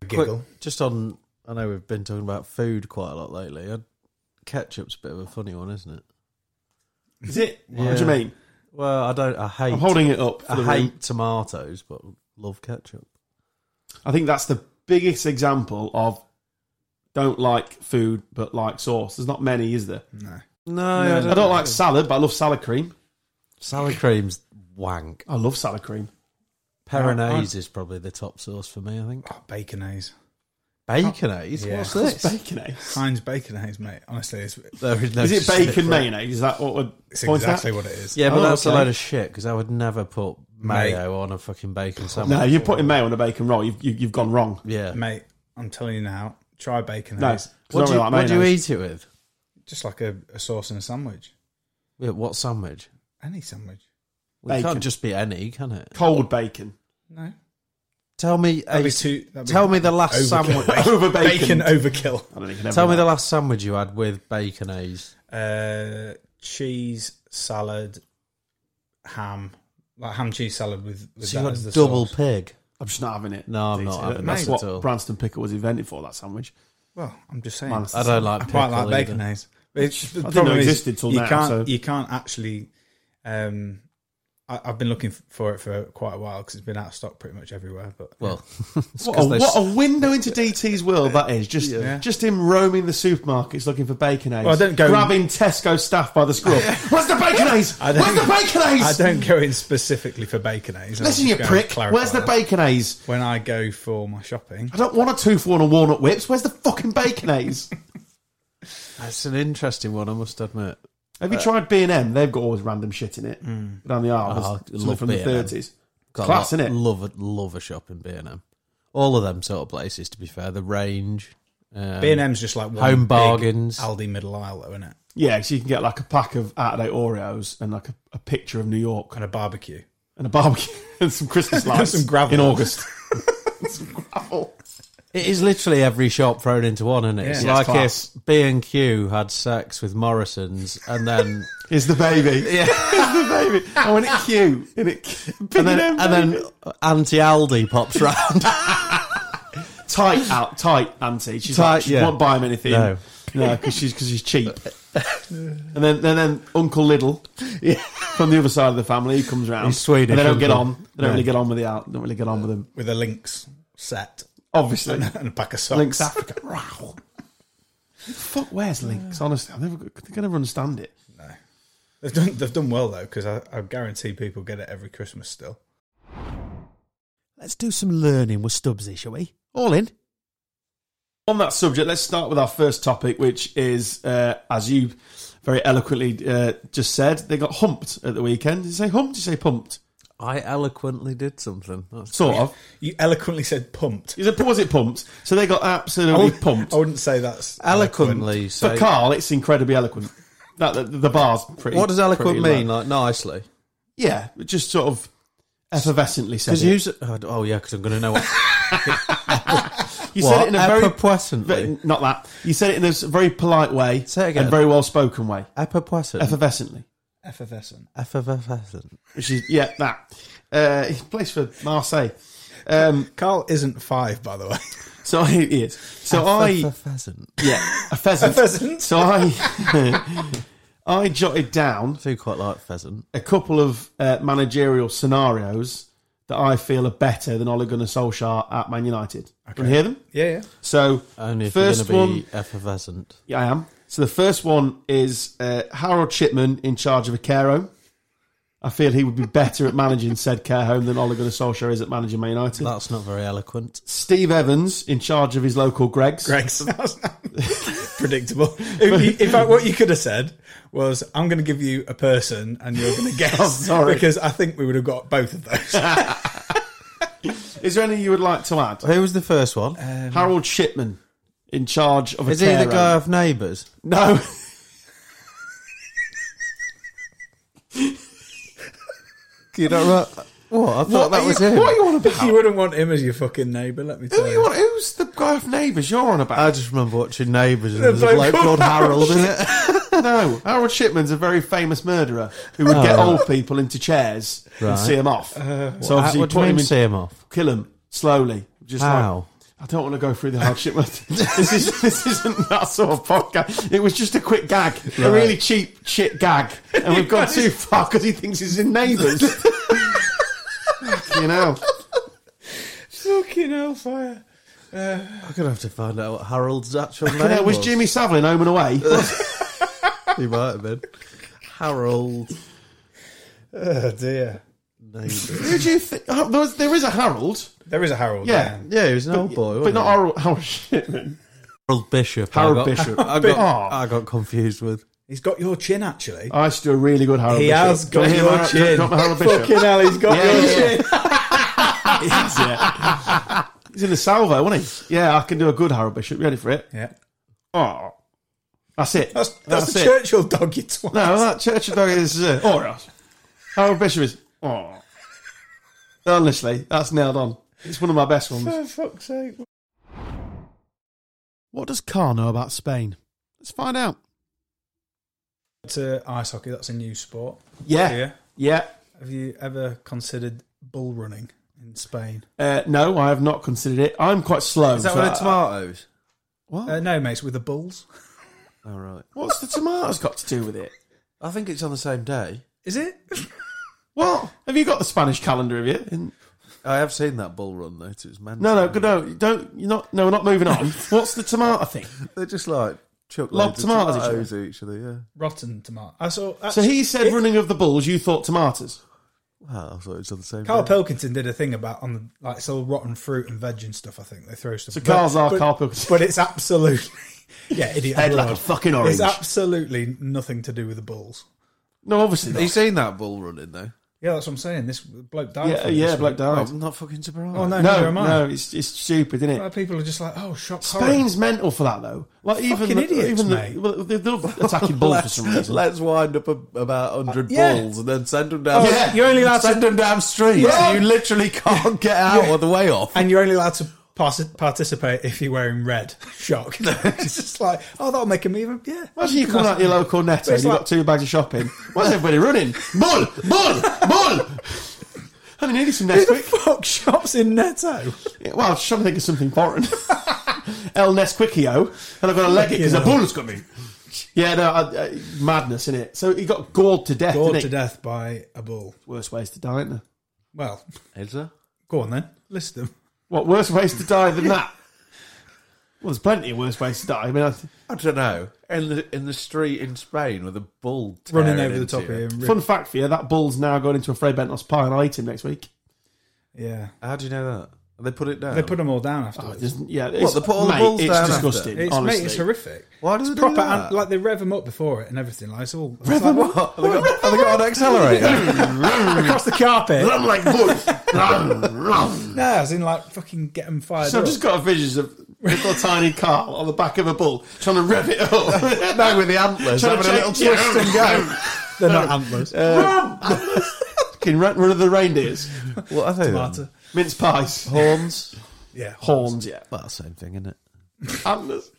B: Giggle.
C: Quick, just on. I know we've been talking about food quite a lot lately. i ketchup's a bit of a funny one, isn't it?
A: Is it?
C: Yeah.
A: What do you mean?
C: Well, I don't. I hate.
A: I'm holding it up. For
C: I
A: the
C: hate
A: room.
C: tomatoes, but love ketchup.
A: I think that's the biggest example of don't like food but like sauce. There's not many, is there?
B: No.
C: No,
A: I don't, like salad, but I love salad cream.
C: sour cream's wank.
A: I love salad cream.
C: Peronaise is probably the top sauce for me. I think Oh,
B: Oh, baconaise.
C: baconaise.
B: Yeah.
C: What's
A: What's
C: this?
A: bacon eggs?
B: Heinz baconaise, mate. Honestly, it's, it's
C: There no
A: Is it
C: specific-
A: bacon mayonnaise? Is that what would point
B: exactly
A: out?
B: what it is.
C: Yeah, but
A: Oh,
C: that's
A: okay.
C: a load of shit because I would never put mayo on a fucking bacon sandwich.
A: No, you're putting mayo on a bacon roll. You've, you, you've gone wrong.
C: Yeah.
B: Mate, I'm telling you now, try baconaise.
A: No, 'cause I
C: What
A: don't
C: do,
A: really
C: you,
A: like
C: what do you
A: mayonnaise.
C: eat it with?
B: Just like a, a sauce and a sandwich.
C: Yeah, what sandwich?
B: Any sandwich.
C: Well, it
A: Bacon.
C: can't just be any, can it?
A: Cold bacon.
B: No.
C: Tell me, a,
B: That'd be too- that'd be
C: tell me the last
B: overkill. *laughs*
C: sandwich. *laughs*
B: over bacon. overkill.
A: I don't think you can
C: Tell me
A: ever-
C: the last sandwich you had with bacon A's.
B: Uh, cheese salad, ham, like ham cheese salad with, with
C: So
B: that
C: you
B: as the
C: had double
B: sauce.
C: pig.
A: I'm just not having it. uh,
C: No, I'm not having
A: That's
C: that
A: what
C: at all.
A: Branston pickle was invented for. That sandwich.
B: Well, I'm just saying.
A: Man,
C: I don't like
B: I
C: pickle.
B: quite like
C: either.
B: bacon eggs. It's, the
A: I didn't know
B: problem
A: it
B: is
A: existed till
B: you
A: now,
B: Can't,
A: so-
B: You can't actually. Um, I, I've been looking f- for it for quite a while because it's been out of stock pretty much everywhere. But
C: Well, it's
A: What
C: 'cause
A: a,
C: they-
A: what a window into DT's world that is. Just
B: Yeah.
A: just him roaming the supermarkets looking for bacon aids.
B: Well, I don't go-
A: grabbing Tesco staff by the scruff. Where's the bacon aids?
B: I
A: Where's
B: don't-
A: the bacon
B: I
A: aids?
B: don't go in specifically for bacon eggs. I'll
A: Listen,
B: just
A: you
B: go and
A: prick.
B: clarify
A: Where's the
B: that.
A: bacon aids?
B: When I go for my shopping,
A: I don't want a two for one and walnut whips. Where's the fucking bacon aids?
C: That's an interesting one, I must admit.
A: Have you tried B and M? They've got always random shit in it down the aisle.
C: Oh, I
A: There's something
C: love
A: from the
C: B&M.
A: thirties.
C: Got
A: Class,
C: a lot-
A: innit?
C: Love a, love a shop in B&M. All of them sort of places, to be fair. The range. Um,
B: B and M's just like one
C: Home
B: big
C: bargains.
B: Aldi middle aisle, though, isn't it?
A: Yeah, so you can get like a pack of out of date Oreos and like a, a picture of New York
B: And a barbecue.
A: and a barbecue *laughs* and some Christmas lights
B: some gravel.
A: in August. some gravel.
C: It is literally every shop thrown into one, isn't it? it's
B: Yeah,
C: like
A: it's class.
C: if B&Q had sex with Morrison's and then
A: Is the baby? *laughs* Yeah, is the baby. Oh, and it cute. And it cute. and then,
C: and then Auntie Aldi pops round.
A: tight out, tight auntie. She's
C: Tight,
A: like, she
C: yeah.
A: won't buy him anything.
C: No.
A: because she's because she's
C: *laughs*
A: cheap. and then then then Uncle Little from the other side of the family he comes round.
C: He's Swedish,
A: And they don't get
C: Uncle.
A: on. They don't
C: No.
A: really get on with the out. Don't really get on with them.
B: with a Lynx
A: *laughs*
B: set
A: Obviously,
B: and a pack of socks.
A: Lynx Africa. Wow. Fuck, where's Lynx? Honestly, I never, I can never understand it.
B: They've done they've done well though because I, I guarantee people get it every Christmas still.
I: Let's do some learning with Stubbsy, shall we? All in.
A: on that subject, let's start with our first topic, which is, uh, as you very eloquently uh, just said, they got humped at the weekend. Did you say humped? Did you say pumped?
C: I eloquently did something. That's
A: Sort of.
B: You eloquently said
C: *laughs*
B: pumped.
A: Is it, was it pumped? So they got absolutely
C: Oh,
A: pumped.
B: I wouldn't say that's eloquent.
C: eloquently.
A: For
C: So,
A: Carl, it's incredibly eloquent. That, the, the bar's pretty.
C: what does eloquent
A: pretty low.
C: mean? Like nicely?
A: Yeah, it just sort of effervescently said
C: Because
A: it.
C: you, s- oh, d- oh yeah, because I'm going to know what.
A: You
C: what?
A: said it in a very,
C: epipoisently.
A: very not that. You said it in a s- very polite way
C: Say it again.
A: and very well spoken way,
C: Epipoisent.
A: effervescently.
B: Effervescent.
C: Effervescent.
A: Which is yeah, that. Uh, he plays for Marseille. Um,
B: Carl isn't five, by the way. *laughs*
A: So I it is. So I
C: Effervescent. *laughs*
A: yeah a pheasant.
B: pheasant.
A: So I *laughs* I jotted down
C: I do quite like pheasant.
A: a couple of uh, managerial scenarios that I feel are better than Ole Gunnar Solskjaer at Man United. Can you hear them?
B: Yeah, yeah.
A: So
C: Only if
A: first
C: you're going
A: one,
C: to be effervescent.
A: yeah, I am. So the first one is uh, Harold Chipman in charge of a care home. I feel he would be better at managing said care home than Ole Gunnar Solskjaer is at managing Man United.
C: That's not very eloquent.
A: Steve Evans in charge of his local Greg's.
B: Greg's *laughs* that's predictable. *laughs* If you- in fact, what you could have said was, "I'm going to give you a person, and you're
A: *laughs*
B: going to guess,"
A: Oh, sorry.
B: because I think we would have got both of
A: *laughs*
B: those.
A: Is there any you would like to add?
C: Who was the first one?
A: Harold Shipman in charge of a
C: Is he the
A: care
C: guy
A: home.
C: of Neighbours?
A: No. *laughs*
C: You don't know. What? I thought that was
A: you,
C: him.
A: What are you on about?
B: you wouldn't want him as your fucking neighbour. Let me
A: Who
B: tell
A: you
B: you.
A: on- who's the guy of Neighbours you're on
C: I
A: about?
C: just remember watching Neighbours and there was a
B: bloke
C: bloke called Harold in *laughs* it.
A: no. Harold Shipman's a very famous murderer who would get old people into chairs and
C: Oh. Right.
A: see them off. so
C: How-
A: obviously you
C: What do you
A: put him
C: mean
A: in,
C: see him off?
A: kill him slowly. Just like,
C: How?
A: I don't want to go through the hardship. *laughs* this is this isn't that sort of podcast. It was just a quick gag, a really cheap shit gag, and we've gone too far because he thinks he's in neighbours. you know,
B: Fucking hellfire!
C: I'm going to have to find out what Harold's actual name
A: that was Jimmy Savile in Home and Away.
C: He might have been. Harold
B: Oh dear.
C: Neighbours.
A: Who do you think? Oh, there, was, there is a Harold,
B: There is a Harold.
A: Yeah.
B: there.
C: Yeah, he was an old boy.
A: but
C: wasn't
A: not
C: he?
A: Harold, Harold Shipman.
C: Harold Bishop.
A: Harold
C: I got,
A: Bishop.
C: *laughs* I got,
A: Oh.
C: I got confused with.
B: He's got your chin actually.
A: I used to do a really good Harold
B: He
A: Oh, Bishop.
B: has got
A: Do you hear my-
B: your
A: do you
B: chin.
A: drop my
B: *laughs*
A: Harold Bishop.
B: Fucking hell, he's got
A: Yeah,
B: your
A: yeah.
B: chin.
A: *laughs* He is, yeah. He's in the salvo, wasn't he? Yeah, I can do a good Harold Bishop. You ready for it?
B: Yeah.
A: Oh, that's it.
B: That's, that's, the
A: it.
B: Churchill dog, you twat. *laughs*
A: No, that Church of Dog is uh, all right. Harold Bishop is oh. Honestly, that's nailed on. It's one of my best ones.
H: For fuck's sake.
A: What does Carr know about Spain? Let's find out.
B: To ice hockey, that's a new sport.
A: Yeah.
B: Yeah.
A: Yeah.
B: Have you ever considered bull running in Spain?
A: Uh, no, I have not considered it. I'm quite slow.
C: Is that
A: for
C: one of tomatoes?
A: What?
B: Uh, no, mates, with the bulls.
C: Oh, right.
A: What's the tomatoes got to do with it?
C: I think it's on the same day.
B: Is it? *laughs*
A: What? Have you got the Spanish calendar of you? In-
C: I have seen that bull run, though. It was meant
A: No, no, no, don't. You're not. No, we're not moving on. *laughs* What's the tomato thing?
C: They're just like chuck
A: Lob
C: loads
A: tomatoes at
C: of
A: each
C: tomatoes at each other, yeah.
B: Rotten tomato. I saw.
A: So he said running of the bulls. You thought tomatoes.
C: Well, I thought it was on the same
B: Carl
C: day.
B: Pilkington did a thing about on the, like it's all rotten fruit and veg and stuff. I think they throw stuff.
A: So
B: But-
A: Carl's our
B: but-
A: Carl Pilkington.
B: but it's absolutely *laughs* yeah, idiot.
A: Head like
B: abroad.
A: a fucking orange.
B: It's absolutely nothing to do with the bulls.
A: No, obviously.
C: Have you
A: Not.
C: seen that bull running, though?
B: Yeah, that's what I'm saying. This bloke died.
A: Yeah,
B: for
A: yeah,
B: this
A: bloke
B: one.
A: died.
C: I'm not fucking surprised.
B: Oh no, neither
A: No,
B: am I.
A: no, it's it's stupid, isn't it?
B: Like, people are just like, oh, shock.
A: Spain's mental for that though. Like even
B: Fucking
A: the,
B: idiots,
A: even
B: mate.
A: the, well, they, they'll *laughs* attacking bulls for
C: let's,
A: some reason.
C: let's wind up a, about 100
B: yeah.
C: bulls and then send them down.
A: Oh, yeah. You're only allowed to-
C: send them down streets.
A: Yeah.
C: You literally can't get out or the way off.
B: and you're only allowed to pass- participate if you're wearing red. *laughs* Shock. it's just like, oh, that'll make him even. Yeah.
A: Imagine you come out your
B: *laughs*
A: local Netto and
B: It's
A: you've
B: like-
A: got two bags of shopping. Why's everybody running? Bull, bull, bull! I mean, needed some next
B: Who
A: *laughs*
B: the
A: week.
B: fuck shops in Netto?
A: Yeah, Well, I was trying to think of something foreign. *laughs* El Nesquikio, and I've got to leg it because a
B: Nesquikio.
A: bull's coming. Yeah, no, I, uh, madness in it. So he got gored to death.
B: Bored
A: didn't
B: to
A: he?
B: death by a bull.
A: Worst ways to die, isn't there?
B: Well,
C: Is there?
B: go on then. List them.
A: What worse ways to die than that? Well, there's plenty of worse ways to die. I mean, I,
C: I don't know. In the in the street in Spain with a bull tearing
B: Running over the
C: into
B: top of
C: you.
B: him.
A: fun fact for you: that bull's now going into a Fred Bentos pie, and I'll eat him next week.
B: Yeah.
C: How do you know that? They put it down.
B: They put them all down afterwards.
A: There's- yeah, it's,
C: they put all the
A: mate,
C: bulls
A: it's
C: down
A: disgusting.
B: it's,
A: Oh, honestly,
B: mate, it's horrific.
C: Why do they
B: It's
C: do
B: proper,
C: that?
B: and, like they rev them up before it and everything. Like it's all it's
C: *laughs* Have
B: like,
C: they got, have they got *laughs* an accelerator?
B: *laughs*
C: *laughs*
B: across the carpet.
A: *laughs* I'm like, boy.
B: No, as in like fucking get them fired
A: so I've
B: up.
A: just got visions of little tiny Carl on the back of a bull trying to rev it up.
C: no, with the antlers.
A: Trying to
C: Having a little
A: check- yeah.
C: twist and go.
B: They're not antlers.
A: Fucking run, run of the reindeers.
C: *laughs* What are they? then?
B: Marta.
A: Mince pies.
C: Horns.
B: Yeah.
A: Horns, yeah.
C: Well, same thing, isn't it?
A: Antlers.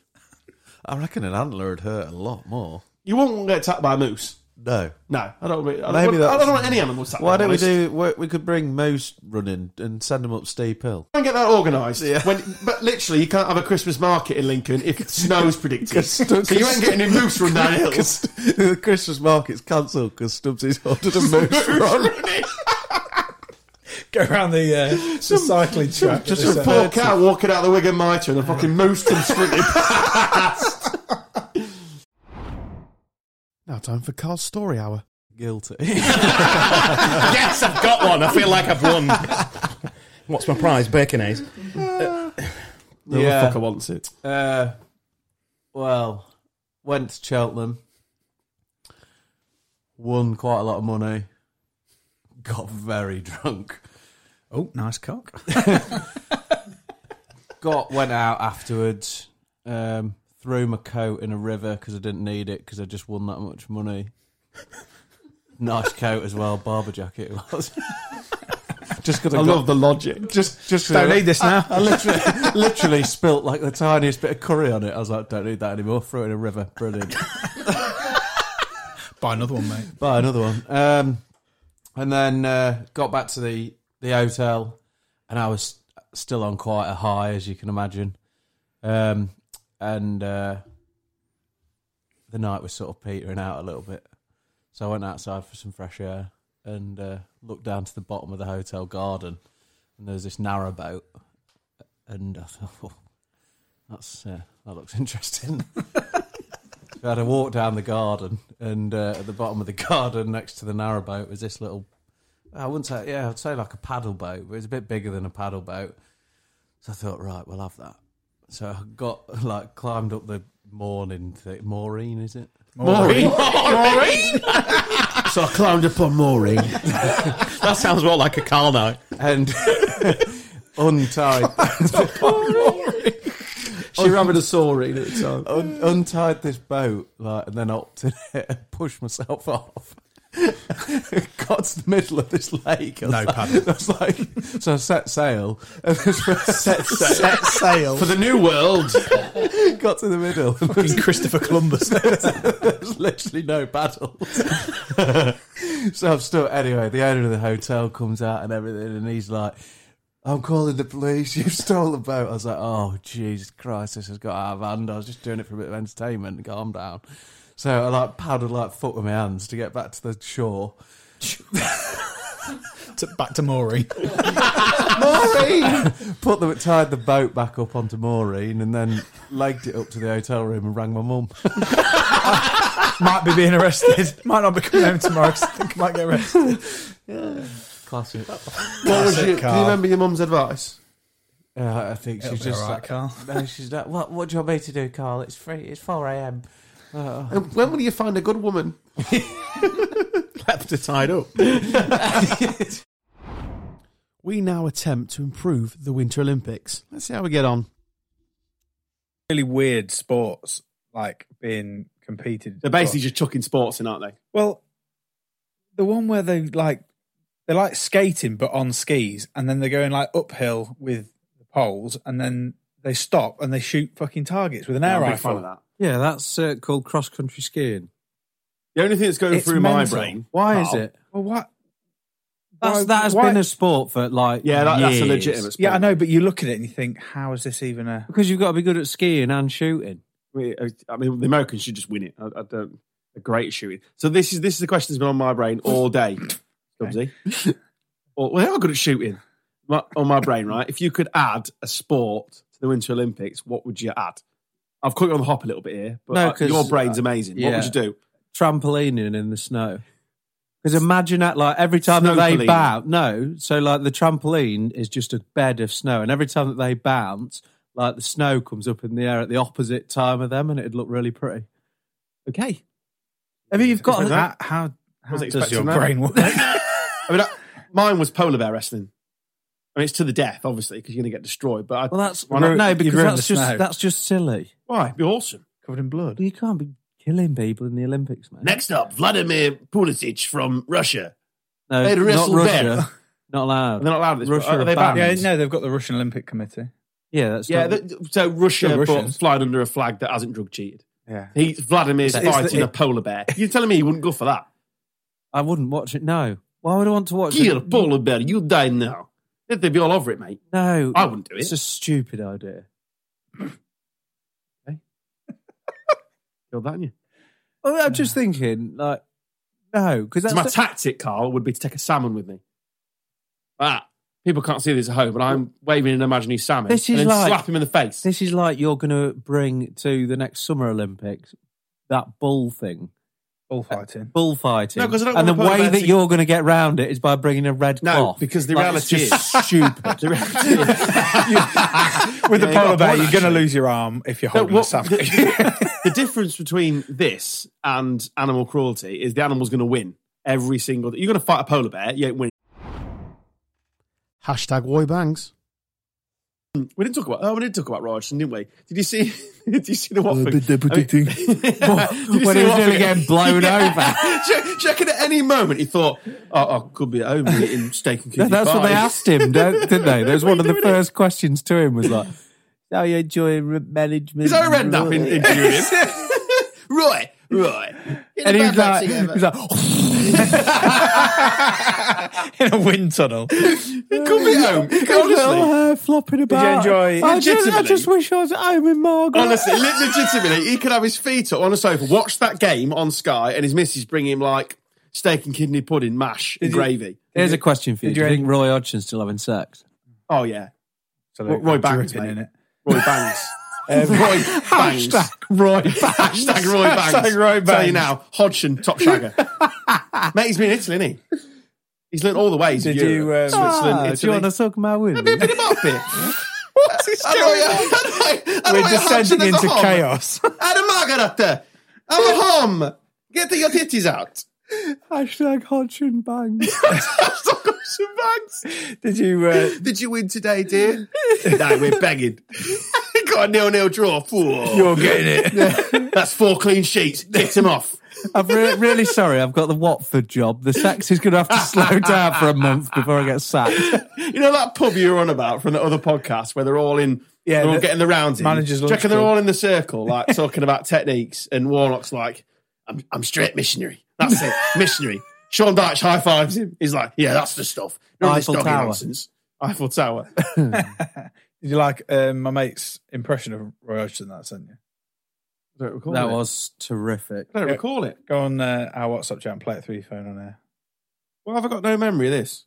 C: I reckon an antler would hurt a lot more.
A: You won't get attacked by a moose.
C: No.
A: No, I don't want, I don't,
C: Maybe
A: want, I
C: that's-
A: don't want any animals attacked
C: Why
A: by a
C: don't we
A: moose.
C: do? We we could bring moose running and send them up steep hill.
A: Try and get that organised.
C: Yeah.
A: When, but literally, you can't have a Christmas market in Lincoln if *laughs* it snow's predicted. so you ain't getting any moose run down *laughs* hills.
C: the Christmas market's cancelled because Stubbsy's ordered a moose run.
B: *laughs* Go around the, uh, the cycling track.
A: Just
B: It's,
A: a
B: uh,
A: poor cow walking out the Wigan Mitre and a fucking moose comes *laughs* sprinting past. Now time for Carl's story hour.
C: Guilty. *laughs*
H: yes, I've got one. I feel like I've won. What's my prize? Bacon eggs.
A: The
C: Yeah.
A: fucker wants it.
C: Uh, well, went to Cheltenham, won quite a lot of money, got very drunk,
B: Oh, nice cock.
C: got went out afterwards, um, threw my coat in a river because I didn't need it because I just won that much money. nice coat as well, barber jacket it was. *laughs* just because
A: I love the logic.
C: just just
B: Don't need this now.
C: I *laughs* literally, literally spilt like the tiniest bit of curry on it. I was like, don't need that anymore. Threw it in a river. Brilliant.
B: *laughs* Buy another one, mate.
C: Buy another one. Um, and then uh, got back to the the hotel, and I was still on quite a high, as you can imagine. Um, and uh, the night was sort of petering out a little bit, so I went outside for some fresh air and uh, looked down to the bottom of the hotel garden, and there was this narrow boat, and I thought, oh, that's uh, that looks *laughs* interesting. I had a walk down the garden, and uh, at the bottom of the *laughs* garden, next to the narrowboat, was this little. I wouldn't say, yeah, I'd say like a paddle boat, but it's a bit bigger than a paddle boat. So I thought, right, we'll have that. So I got like climbed up the morning thing. Maureen, is it?
A: Maureen. Maureen. so I climbed upon Maureen.
H: That sounds more like a Carl night.
C: And *laughs* untied,
A: *laughs* She ran with a saurine at the time.
C: *laughs* un- untied this boat, like, and then opted it and pushed myself off. *laughs* got to the middle of this lake. I was
H: No
C: like-
H: paddle.
C: I was like, so I set sail. *laughs* And this set sail.
J: Set sail.
H: For the
J: *laughs*
H: new world,
C: got to the middle. and there was-
H: Christopher Columbus.
C: There's literally no paddles. *laughs* so I'm still anyway. The owner of the hotel comes out and everything, and he's like, "I'm calling the police. You stole the boat." I was like, "Oh Jesus Christ, this has got out of hand." I was just doing it for a bit of entertainment. Calm down. So I like paddled like foot with my hands to get back to the shore.
B: To, back to Maury.
C: Maureen! Put the tied the boat back up onto Maureen and then legged it up to the hotel room and rang my mum.
B: *laughs* might be being arrested. Might not be coming home tomorrow 'cause I think I might get arrested.
A: *laughs*
C: Classic.
A: What was
B: Classic
A: you, do you
B: Carl.
A: remember your mum's advice?
C: Yeah, Uh, I think she's
B: It'll be
C: just
B: all right,
C: like,
B: Carl.
C: No, she's like, what? What do you want me to do, Carl? It's free. It's four a.m. Oh.
A: And when will you find a good woman?
H: Left her tied up.
A: We now attempt to improve the Winter Olympics. Let's see how we get on.
B: Really weird sports like being competed.
A: They're basically just chucking sports in, aren't they?
B: well, the one where they like they're like skating but on skis, and then they're going like uphill with the poles, and then they stop and they shoot fucking targets with an air
A: I'm a big fan
B: rifle.
A: of that.
D: Yeah, that's uh, called cross country skiing.
A: The only thing that's going
B: It's
A: through
B: mental.
A: my brain.
D: Why
A: Carl-
D: is it?
B: Well, what?
D: That's,
B: Why-
D: that has
B: why-
D: been a sport for like
A: Yeah, that, that's a
D: years.
A: legitimate sport.
B: Yeah, I know, but you look at it and you think, how is this even a?
D: Because you've got to be good at skiing and shooting.
A: I mean, I- I mean, the Americans should just win it. I, I don't. They're great at shooting. So this is this is the question that's been on my brain all
B: *coughs*
A: day, Stubbsy. *laughs* or, well, they are good at shooting. My, on my brain, right? If you could add a sport to the Winter Olympics, what would you add? I've caught you on the hop a little bit here, but
D: No,
A: uh,
D: 'cause,
A: your brain's amazing. What
D: yeah.
A: would you do?
D: Trampolining in the snow. Because imagine that, like every time that they
A: Snowpolining.
D: bounce, no, so like the trampoline is just a bed of snow, and every time that they bounce, like the snow comes up in the air at the opposite time of them, and it'd look really pretty. Okay, I mean you've got
B: How how, how
A: Wasn't
B: does your
A: expecting that.
B: brain work?
A: *laughs* I mean, I, mine was polar bear wrestling. I mean, it's to the death, obviously, because you're going to get destroyed. But I,
D: Well, that's
A: Why not?
D: no,
B: You'd
D: because
B: ruin
D: that's
B: the
D: just
B: snow.
D: that's just silly.
A: why? It'd be awesome.
B: covered in blood.
D: You can't be killing people in the Olympics, man.
A: Next up, Vladimir Pulisic from Russia.
D: no,
A: they'd
D: not
A: wrestle
D: Russia,
A: them.
D: not
A: They're
D: allowed.
A: not allowed this. but
D: Russia
A: are
D: are
A: they
D: banned.
A: banned?
B: Yeah,
D: Hands.
B: no, they've got the Russian Olympic Committee.
D: Yeah, that's
A: Yeah,
D: not,
A: th- so Russia
B: Still
A: but
B: Russians.
A: flying under a flag that hasn't drug cheated.
B: Yeah.
A: He Vladimir's
B: It's- it's
A: fighting
B: the-
A: a polar bear. You're telling me he wouldn't go for that?
D: I wouldn't watch it. No, why would I want to watch
A: Kill
D: it?
A: polar bear, you die now. They'd be all over it, mate.
D: No,
A: I wouldn't do it.
D: It's a stupid idea.
A: Killed that, hadn't you?
D: Well, I'm just thinking, like, no, because that's
A: So my
D: the-
A: tactic, Carl, would be to take a salmon with me. Ah, people can't see this at home, but I'm waving an imaginary salmon
D: This
A: and
D: is
A: then
D: like-
A: slap him in the face.
D: this is like you're going to bring to the next Summer Olympics that bull thing,
B: Bullfighting.
D: bullfighting.
A: No, 'cause I don't
D: and the
A: want to put
D: way
A: that
D: that
A: to-
D: you're going to get round it is by bringing a red
A: no,
D: cloth.
A: because the
D: Oh, Like,
A: reality
D: it's *laughs* just
A: is
D: stupid.
A: *laughs* the reality-
D: *laughs*
B: With
A: Yeah,
B: the
A: you got
B: polar
A: a
B: bear,
A: point,
B: you're going to
A: actually.
B: lose your arm if you're
A: No,
B: holding
A: what-
B: a salmon.
A: the, the difference between this and animal cruelty is the animal's going to win every single. You're going to fight a polar bear, you ain't winning.
J: Hashtag Roy Bangs.
A: We didn't talk about. Oh, we did talk about Royston, didn't we? Did you see? *laughs* Did you see the
D: Oh,
A: Watford?
J: did they predict
A: *laughs* I mean- Did you
D: when he
A: see the
D: was nearly
A: Watford- *laughs*
D: getting blown
A: Yeah.
D: over.
A: Do you- do you reckon at any moment he thought, "Oh, I could be at home eating steak and
D: No,
A: kidney
D: that's what
A: pie.
D: they asked him, don't, didn't they? That was one
A: What are
D: of
A: you
D: the
A: doing here?
D: first questions to him was like, "How you enjoying re- management?"
A: Is that a red nap in, interviewing him? *laughs* Roy, Roy, Get the
D: And he's
A: bad lads
D: like,
A: together.
D: *laughs* he's like,
B: *laughs* in a wind
A: *laughs*
B: tunnel.
A: he could be at home. He could, honestly.
D: hair flopping about. I
B: enjoy-
D: just, I
A: Legitimately.
D: just wish I was at home with Margaret.
A: Honestly, le- legitimately, he could have his feet up on a sofa, watch that game on Sky, and his missus bring him like steak and kidney pudding, mash, and
B: Did you-
A: gravy.
D: Here's a question for you:
B: Did
D: Do you
B: you
D: think Roy Hodgson's still having
B: *laughs*
D: sex?
A: Oh yeah,
B: So
A: Roy Banks, mate. *laughs*
B: in it.
A: Roy
B: *laughs*
A: Bangs. Roy Bangs.
D: Hashtag Roy
A: Hashtag Roy Bangs.
B: Hashtag Roy
A: Tell you
B: Bangs.
A: now, Hodgson, top shagger.
B: *laughs*
A: Mate, he's been in Italy, isn't he? He's learned all the ways.
B: Did
A: of Europe,
B: you, um,
A: Switzerland,
D: Ah, do you
A: Italy.
D: want to suck my woo?
A: Bit of a bit.
B: *laughs*
A: What's this going on?
B: We're descending into chaos. *laughs*
A: Anna Margareta, I'm home. Get your titties *laughs* out.
D: Hashtag Hodgson bangs.
B: *laughs* Did you? Uh,
A: Did you win today, dear? *laughs* no, we're *laughs* begging. Got a nil-nil draw. Four.
D: *laughs*
B: you're getting it.
A: That's four clean sheets. Get him off.
K: *laughs* I'm re- really sorry. I've got the Watford job. The sex is going to have to slow down for a month before I get
B: *laughs*
K: sacked.
A: *laughs* You know that pub you were on about from the other podcast where they're all in,
B: Yeah,
A: they're all
B: the-
A: getting the rounds in.
B: manager's
A: Do you
B: lunch
A: reckon they're
B: club.
A: all in the circle, like *laughs* talking about techniques, and Warnock's like, I'm, I'm straight missionary. That's *laughs* it, missionary. Sean Dyche high fives him. He's like, yeah, that's the stuff. None of this
K: Eiffel
A: doggy
K: Tower.
A: nonsense. Eiffel Tower.
B: Did you like um, my mate's impression of Roy Hodgson that I sent you?
A: I don't recall
K: That
A: it.
K: was terrific.
A: I don't recall it.
B: Go on uh, our WhatsApp chat and play it through your phone on air.
A: Well, have I got no memory of this?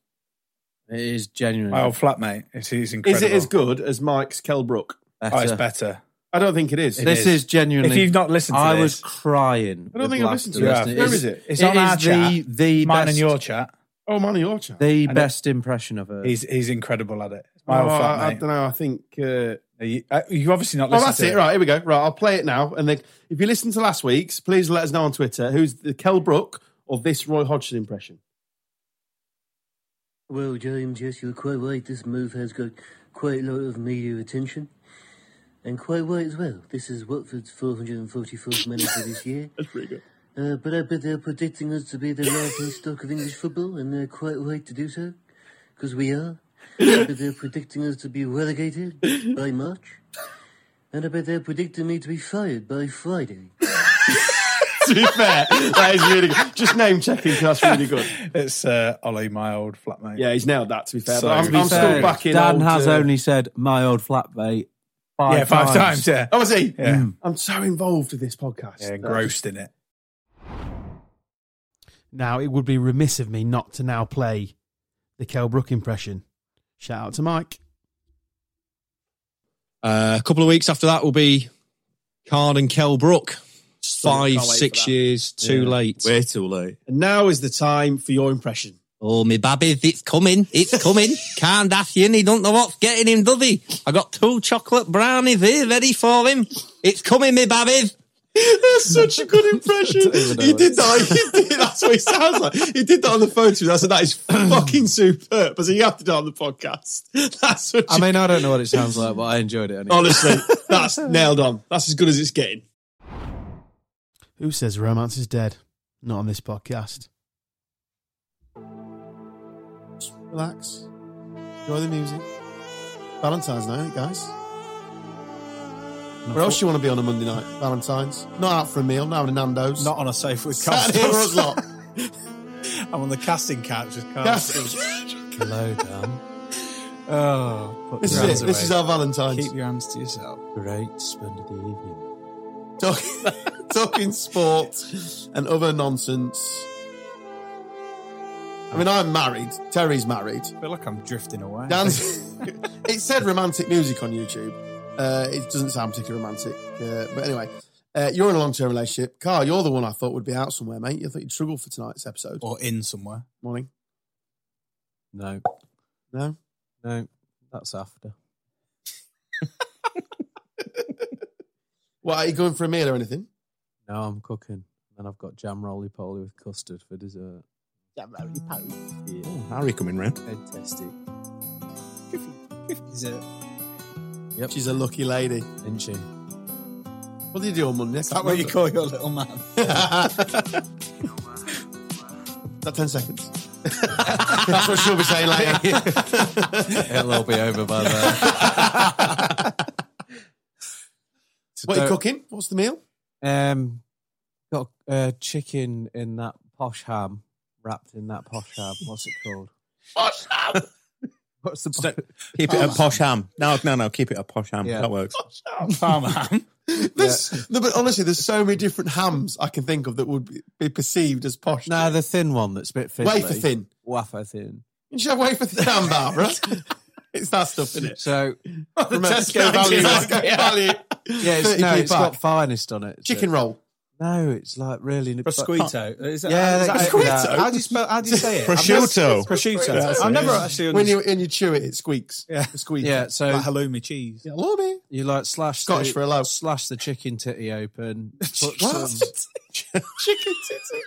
K: It is genuine.
B: My old flatmate, it's, it's
A: Is
B: incredible.
A: it as good as Mike's Kelbrook?
B: Oh, it's better.
A: I don't think it is.
K: This
B: is.
K: is, genuinely.
B: If you've not listened to
K: I
B: this-
K: was crying.
A: I don't
K: with
A: think I've
K: laughter
A: listened to
B: it.
K: listening.
B: Where
K: It's-
A: is it?
B: It's on
K: is
B: our
K: the,
B: chat.
K: the
B: Mine
K: best,
B: and your chat.
A: oh, man, your chat.
K: The
B: And it-
K: best impression of her.
B: He's he's incredible at it.
A: Oh,
B: My old
A: I, I
B: flatmate.
A: don't know. I think. Uh,
B: You, uh, you've obviously not
A: well,
B: listened
A: that's
B: to
A: it. Right, here we go. Right, I'll play it now. And then, if you listened to last week's, please let us know on Twitter who's the Kel Brook or this Roy Hodgson impression.
L: Well, James, yes, you're quite right. This move has got quite a lot of media attention. And quite right as well. This is Watford's 444th manager this year. *laughs* That's pretty
A: good.
L: Uh, but I bet they're predicting us to be the laughing stock of English football, and they're quite right to do so, because we *laughs* are. I bet they're predicting us to be relegated by March. And I bet they're predicting me to be fired by Friday.
A: *laughs* to be fair, that is really good. Just name checking 'cause that's really good.
B: It's uh, Ollie, my old flatmate.
A: Yeah, he's nailed that. To be fair,
B: So-
A: but
B: To
A: I'm,
B: be
A: I'm
B: fair,
A: still back in.
K: Dan
A: old,
K: has
A: uh,
K: only said my old flatmate five,
B: yeah, five times. Yeah,
A: Oh, is he?
B: Yeah.
A: I'm so involved with this podcast.
B: yeah, engrossed in it.
M: Now, it would be remiss of me not to now play the Kell Brook impression. Shout out to Mike.
N: Uh, a couple of weeks after that will be Card and Kel Brook. Five,
A: can't wait
N: six
A: for that.
N: years too
A: Yeah.
N: late.
K: We're too late.
A: And now is the time for your impression.
N: Oh, me babbies, it's coming. It's
A: *laughs*
N: coming. Can't ask him. He don't know what's getting him, does he? I got two chocolate brownies here ready for him. It's coming, me babbies.
H: *laughs* That's such a good
A: *laughs*
H: impression. he did that. He did, that's what he sounds like. He did that on the phone to me. I said,
A: *clears throat*
H: that is fucking superb. I said, you have to do it on the podcast. *laughs* That's such
C: I mean, I don't know what it sounds like, but I enjoyed it.
A: Oh.
C: Anyway.
H: Honestly,
A: *laughs*
H: that's nailed on. That's as good as it's getting.
M: Who says romance is dead? Not on this podcast.
A: Relax. Enjoy the music. Valentine's night, guys. Where else do you want to be on a Monday night? Valentine's. Not out for a meal, not having a Nando's.
B: Not on a sofa with
A: sat here with us
B: castles.
A: lot.
B: *laughs* I'm on the casting couch with castles.
A: Yes.
C: Hello, Dan.
B: Oh, put
A: This
B: your
A: is
B: hands
A: it. This is
B: away.
A: our Valentine's.
B: Keep your hands to yourself.
C: Great spend of the evening.
A: Talking, *laughs* talking sport and other nonsense. I mean, I'm married. Terry's married.
B: I feel like I'm drifting away.
A: Dan's. *laughs* it said romantic music on YouTube. Uh, it doesn't sound particularly romantic, uh, but anyway. Uh, you're in a long-term relationship, Carl. You're the one I thought would be out somewhere, mate. I thought you'd struggle for tonight's episode.
B: *laughs* or in somewhere.
A: Morning.
C: No,
A: No.
C: no, that's after.
A: What are you going for a meal or anything?
C: No, I'm cooking. And I've got jam roly poly with custard for dessert.
H: Harry coming round.
C: Fantastic.
B: Is it?
C: Yep.
A: She's a lucky lady.
C: Isn't she?
A: What do you do on Monday? Is
B: Is that what you call your little man?
A: that ten seconds? That's what she'll be saying later.
C: *laughs* It'll all be over by then.
A: what are you cooking? What's the meal?
C: Um, got uh, chicken in that posh ham, wrapped in that posh ham. What's it called? Posh ham. What's the po- *laughs*
H: Keep
A: Oh.
H: it a posh ham. No, no, no. Keep it a posh ham.
C: Yeah.
H: That works.
B: Farm ham.
A: *laughs* There's, no, but honestly, there's so many different hams I can think of that would be- be perceived as posh.
C: No, the thin one that's a bit thin.
A: wafer thin.
C: Wafer thin.
A: You should have wafer thin ham, Barbara.
B: *laughs*
A: it's that stuff, isn't it?
C: So
A: Remember,
C: Tesco
A: *laughs*
C: value.
A: Tesco value.
C: yeah, it's,
A: 30p
C: no, it's
A: pack.
C: got finest on it.
A: chicken roll.
C: No, it's like really.
B: Prosciutto. Is that,
C: Yeah,
B: is that-
C: prosciutto.
B: Uh, yeah. How do you spell? How do you say it?
H: Prosciutto.
B: I've never- Prosciutto. I've never actually
A: When
B: understood.
A: you when you chew it, it squeaks.
B: Yeah.
A: It squeaks.
C: Yeah, so
B: Like halloumi cheese.
A: Yeah, love it.
C: You like slash
A: Scottish
C: the,
A: for a loaf.
C: slash the chicken titty open. Put
A: *laughs* What?
C: some,
A: Chicken titty.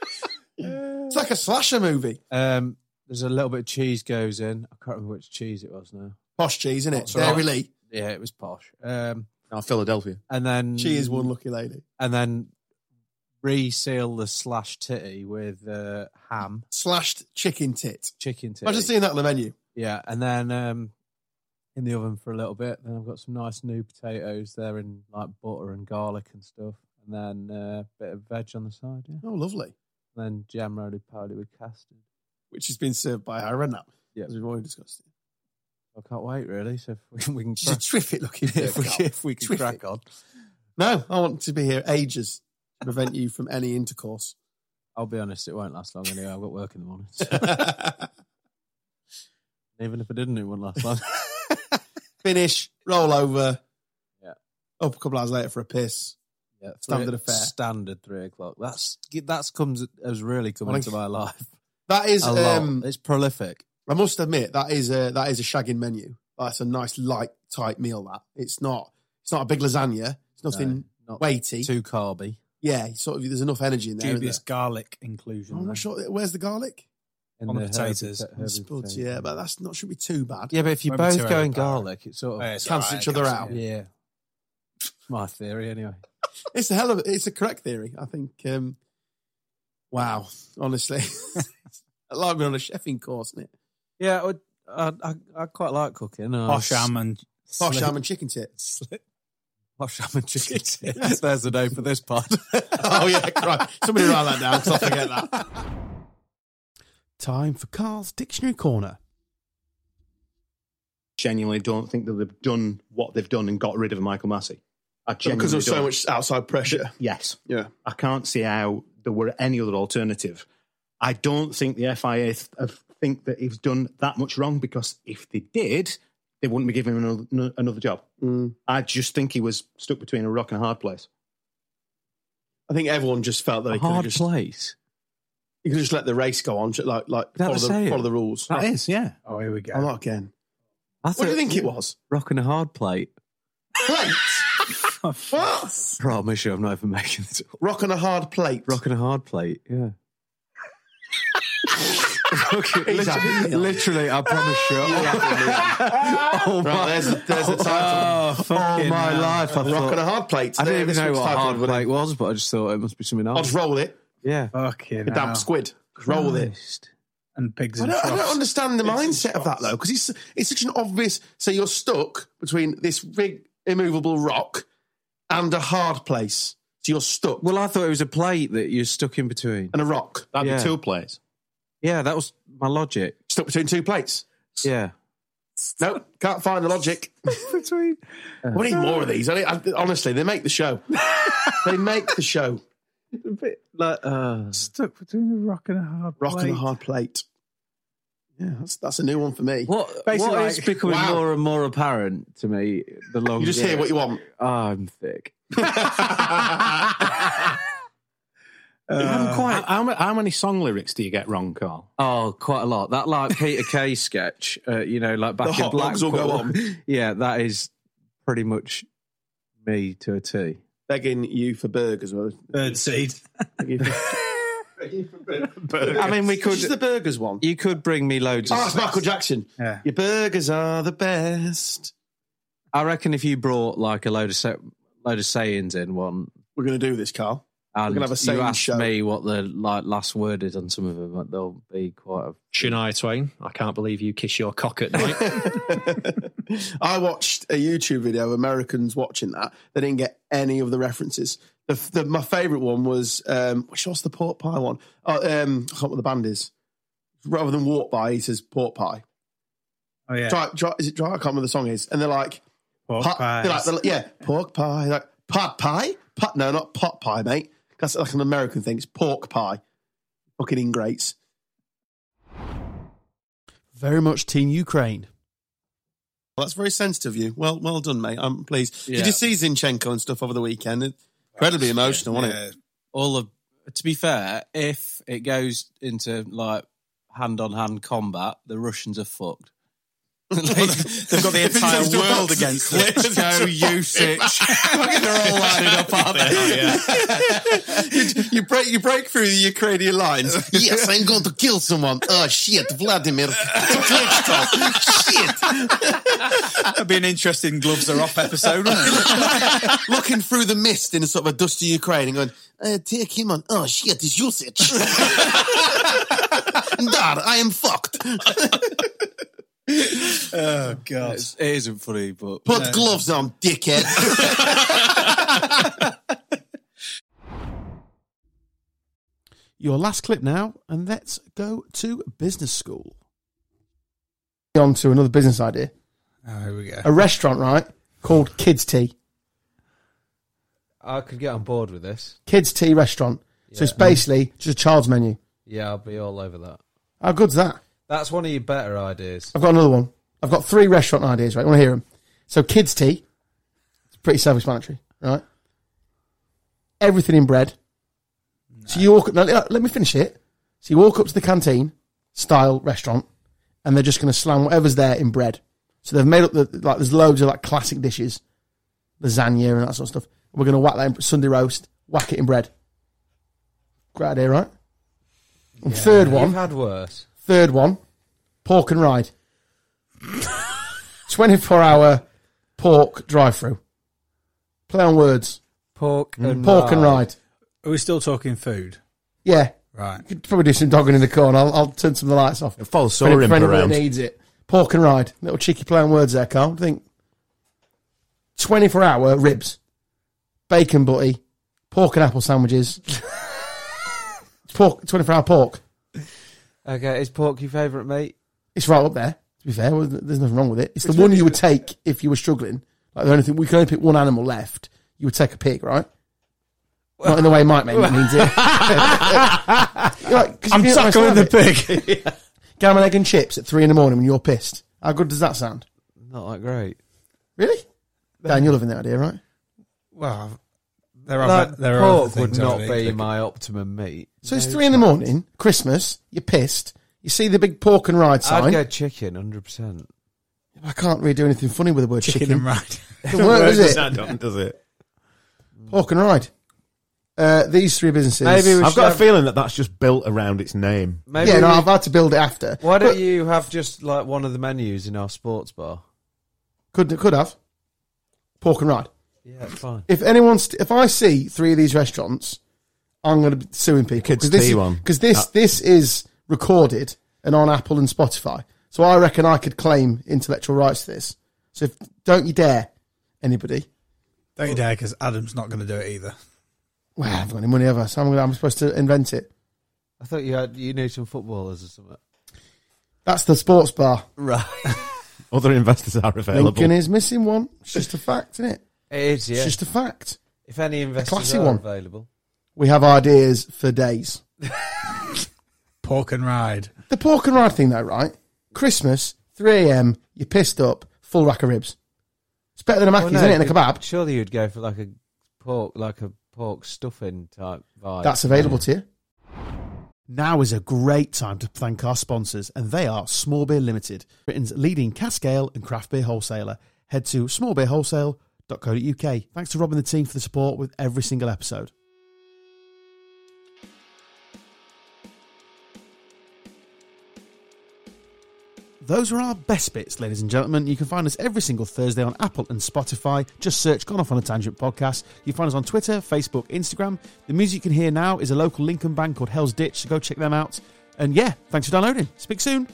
A: it's like a slasher movie.
C: um, there's a little bit of cheese goes in. I can't remember which cheese it was now.
A: Posh cheese, isn't it?
C: That's right.
A: Dairy Lee.
C: Yeah, it was posh. Um,
H: Philadelphia.
B: Mm.
C: and then
A: She is one lucky lady.
C: And then reseal the slash titty with uh, ham,
A: Slashed chicken tit.
C: chicken titty.
A: Imagine seeing that on the menu.
C: Yeah, and then um, in the oven for a little bit. Then I've got some nice new potatoes there in like butter and garlic and stuff. And then uh, a bit of veg on the side, yeah.
A: Oh, lovely.
C: And then jam roly poly with custard.
A: Which has been served by Harry Redknapp,
C: Yeah.
A: as we've already discussed.
C: I can't wait really. So if we *laughs* can, we can
A: She's a
C: crack,
A: terrific looking
C: if, we, *laughs*
A: girl.
C: if we can
A: Terrific.
C: crack on,
A: No, I want to be here ages to prevent you from any
C: *laughs*
A: intercourse. *laughs*
C: I'll be honest, it won't last long anyway. I've got work in the morning. *laughs* Even if I didn't, it wouldn't last *laughs* long.
A: Finish, roll over.
C: Yeah.
A: Up a couple hours later for a piss.
C: Yeah,
A: Standard
C: three-
A: affair.
C: Standard three o'clock. That's that's comes has really come
A: Well,
C: into
A: if-
C: my *laughs* life.
A: That is,
C: A lot.
A: um,
C: it's prolific.
A: I must admit, that is a that is a shagging menu. That's a nice light type meal. That it's not it's not a big lasagna. It's nothing
C: No, not
A: weighty.
C: too carby.
A: yeah, sort of. There's enough energy in there. Isn't there?
B: Dubious garlic inclusion.
A: I'm
B: there.
A: not sure. Where's the garlic?
C: in
B: On the
C: herb-
B: potatoes.
C: herb-
B: On the
A: Spuds.
C: thing.
A: Yeah, but that's not should be too bad.
C: Yeah, but if you're
B: Won't be
C: both
B: too overpowering.
C: going garlic, it's sort of
B: it's
A: Cancel
B: alright,
A: each other
B: cancel
A: out.
B: it.
C: yeah. My theory, anyway.
A: It's a hell of a, it's a correct theory. I think. Um, wow, honestly, *laughs* like being on a chefing course, isn't it?
C: Yeah, I, would- I, I, I quite like cooking. I-
B: Posh ham and
A: Posh
B: slit-
A: ham and chicken tits.
C: posh ham and *laughs* chicken. tits. There's the name for this pod.
A: *laughs* oh yeah, right. Somebody write that down because I forget that.
O: Time for Carl's Dictionary Corner.
H: genuinely don't think that they've done what they've done and got rid of Michael Massey. I genuinely
A: Because there's so
H: don't.
A: much outside pressure.
H: Yes.
A: Yeah.
H: I can't see how there were any other alternative. I don't think the FIA th- have- think that he's done that much wrong because if they did, they wouldn't be giving him another, no- another job.
A: Mm.
H: I just think he was stuck between a rock and a hard place.
A: I think everyone just felt that he could have
C: Hard
A: just
C: place.
A: you could just let the race go on, like like
C: that
A: follow
C: the
A: the,
C: saying?
A: follow the rules.
H: That is, yeah.
B: Oh, here we go.
A: Oh, not again.
C: I
A: What do you
C: thought-
A: think it was?
C: Rocking a hard plate.
A: Plate. what?
C: Promise you, I'm not even making this up.
A: Rock on a hard plate.
C: Rocking a hard plate, yeah. *laughs* Rocking-
A: He's having
C: literally,
A: me on.
C: literally, I *laughs* promise you.
A: *laughs*
C: oh,
A: Right,
C: my,
A: there's the, there's the title.
C: oh, fucking *laughs* my life. I
A: Rock
C: thought,
A: on a hard plate.
C: I
A: There,
C: didn't even
A: this
C: know
A: week's
C: what
A: title
C: hard
A: would have
C: plate was, but I just thought it must be something
A: been, I'll
C: else.
A: just roll it.
C: Yeah.
B: Fucking
A: The damn
B: hell.
A: squid. Just roll it.
C: Christ.
B: and pigs
A: I
B: and
A: don't, I don't
B: troughs.
A: understand the
B: It's
A: mindset of that though, because it's it's such an obvious. So you're stuck between this big immovable rock and a hard place. So you're stuck
C: Well, I thought it was a plate that you're stuck in between.
A: and a rock
H: That'd
C: Yeah.
H: be two *laughs* plays.
C: Yeah, that was my logic.
A: stuck between two plates. *laughs*
C: Yeah.
A: Nope, can't find the logic.
C: Between.
A: We need more of these. I, I, honestly, they make the
C: *laughs*
A: show. they make the show.
C: Like, uh,
B: stuck between a rock and a hard
A: Rock
B: plate.
A: and a hard plate. Yeah, that's that's a new one for me.
C: what
B: Basically,
C: what is
B: like,
C: becoming
A: wow.
C: more and more apparent to me the longer
A: You just hear what you want.
C: I'm thick.
B: Uh,
H: How- how, ma- how many song lyrics do you get wrong, Carl?
C: Oh, quite a lot. That like Peter Kay *laughs* sketch, uh, you know, like back
A: The
C: in
A: hot dogs will
C: Blackpool.
A: go on.
C: *laughs* Yeah, that is pretty much me to a T.
A: Begging you for burgers. well.
B: bird seed.
A: Begging you for-
C: I mean, we could
A: Just the burgers one.
C: you could bring me loads.
A: Oh,
C: Of,
A: that's Michael Jackson.
B: Yeah.
A: Your burgers are the best.
C: I reckon if you brought like a load of sa- load of sayings in one,
A: We're going to do this, Carl.
C: and
A: gonna have a
C: you
A: saying
C: asked
A: show.
C: me what the like last word is on some of them, they'll be quite a
P: Shania Twain, I can't believe you kiss your cock
A: *laughs*
P: at night.
A: *laughs* I watched a YouTube video of Americans watching that. They didn't get any of the references. The, the, my favourite one was um, which was the pork pie one. Oh, um, I can't remember what the band is. Rather than walk by, he says pork pie.
B: Oh yeah,
A: Dry, dry, is it dry? I can't remember the song is. And they're like,
B: pork
A: pot,
B: pies.
A: they're like, they're like, yeah, pork pie. Like pot pie? Pot? No, not pot pie, mate. That's like an American thing. It's pork pie. Fucking ingrates.
O: Very much Team Ukraine.
A: Well, that's very sensitive of you. Well, well done, mate. I'm pleased.
C: Yeah.
A: Did you see Zinchenko and stuff over the weekend? Incredibly emotional, wasn't it?
C: all of to be fair, if it goes into like hand on hand combat, the Russians are fucked.
Q: They've
A: *laughs*
Q: got the entire
R: They've still got
Q: world against
C: *laughs*
Q: them.
R: Klitschko, Usic. They're all lining up, aren't they?
A: *laughs*
R: you, you break you break through the Ukrainian lines.
C: *laughs*
G: yes, I'm going to kill someone. Oh shit, Vladimir
Q: That'd be an interesting gloves are off episode.
G: Looking through the mist in a sort of a dusty Ukraine and going, uh, take him on. Oh shit, it's usage. *laughs* Dar, I am fucked.
Q: oh god,
R: it's, it isn't funny, but
G: Put gloves on, dickhead.
A: *laughs* Your last clip now, and let's go to business school.
J: On to another business idea.
B: Oh, here we go.
A: A restaurant, right? Called Kids Tea.
C: I could get on board with this.
A: Kids Tea Restaurant. So it's
C: Yeah.
A: basically just a child's menu.
C: Yeah, I'll be all over that.
A: How good's that?
C: That's one of your better ideas.
A: I've got another one. I've got three restaurant ideas, right? You want to hear them? So Kids Tea. It's pretty self explanatory, right? Everything in bread. So you walk, now, let let me finish it. So you walk up to the canteen style restaurant and they're just going to slam whatever's there in bread. So they've made up the, like, there's loads of like classic dishes, lasagna and that sort of stuff. We're going to whack that in Sunday roast, whack it in bread. Great idea, right? And third one,
C: You've had worse.
A: third one, pork and ride. 24 hour pork drive through. Play on words.
C: Mm, Pork and
A: pork and ride.
B: Are we still talking food?
A: Yeah.
B: Right.
A: Could probably do some dogging in the corner. I'll, I'll turn some of the lights off.
R: False
A: For any-
R: soaring
A: for anybody
R: around.
A: that needs it. Pork and ride. Little cheeky playing words there, Carl. Think. 24 hour ribs. Bacon butty. Pork and apple
B: *laughs*
A: sandwiches. pork, 24 hour pork.
C: Okay, is pork your favourite meat?
A: It's right up there, to be fair. Well, There's nothing wrong with it. It's the one you would take if you were struggling. Like the only thing, we can only pick one animal left. You would take a pig, right? Not in the way Mike meant- means it.
B: I'm tackling the
A: pig. *laughs* Gammon egg and chips at three in the morning when you're pissed. How good does that sound?
C: Not that great.
A: Really? Dan, you're loving that idea, right?
B: Well,
A: there are-
C: Like,
A: there are
C: pork
A: other
C: would
A: things I
C: not
A: would
C: be
A: eat.
C: my optimum meat.
A: So it's three in the morning, Christmas, you're pissed, you see the big pork and ride sign.
C: I'd go chicken, hundred percent.
A: I can't really do anything funny with the word chicken.
C: Chicken and ride.
A: *laughs*
R: *laughs*
A: Doesn't work, does it?
R: does it?
A: Pork and ride. Uh, these three businesses.
R: I've got a feeling that that's just built around its name.
C: Maybe
A: yeah, no,
C: we-
A: I've had to build it after.
C: Why
A: But
C: don't you have just like one of the menus in our sports bar?
A: Could could have pork and ride.
C: Yeah, fine.
A: If anyone's, if I see three of these restaurants, I'm going to be suing people
R: Kids
A: this
R: tea
A: is-
R: one.
A: 'cause this
R: Ah.
A: this is recorded and on Apple and Spotify. So I reckon I could claim intellectual rights to this. So if, don't you dare, anybody.
B: Don't you dare, because Adam's not going to do it either.
A: Well, I haven't got any money ever, so I'm, gonna, I'm supposed to invent it.
C: I thought you had you knew some footballers or something.
A: That's the sports bar.
C: Right.
R: Other investors are available.
A: Lincoln is missing one. It's just a fact, isn't it?
C: It is, yeah.
A: It's just a fact.
C: If any investors
A: classy
C: are
A: one.
C: available.
A: We have ideas for days.
B: Pork and ride.
A: The pork and ride thing, though, right? Christmas, 3 a.m., you're pissed up, full rack of ribs. It's better
R: Oh,
A: than a Mackey's,
C: Well, no,
A: isn't it? And a kebab.
C: Surely you'd go for like a pork, like a pork stuffing type vibe.
A: That's available to you.
J: um, Now is a great time to thank our sponsors, and they are Small Beer Limited, Britain's leading cask ale and craft beer wholesaler. Head to smallbeerwholesale.co.uk. Thanks to Rob and the team for the support with every single episode. Those were our best bits, ladies and gentlemen. You can find us every single Thursday on Apple and Spotify. Just search Gone Off on a Tangent podcast. You find us on Twitter, Facebook, Instagram. The music you can hear now is a local Lincoln band called Hell's Ditch, so go check them out. And yeah, thanks for downloading. Speak soon.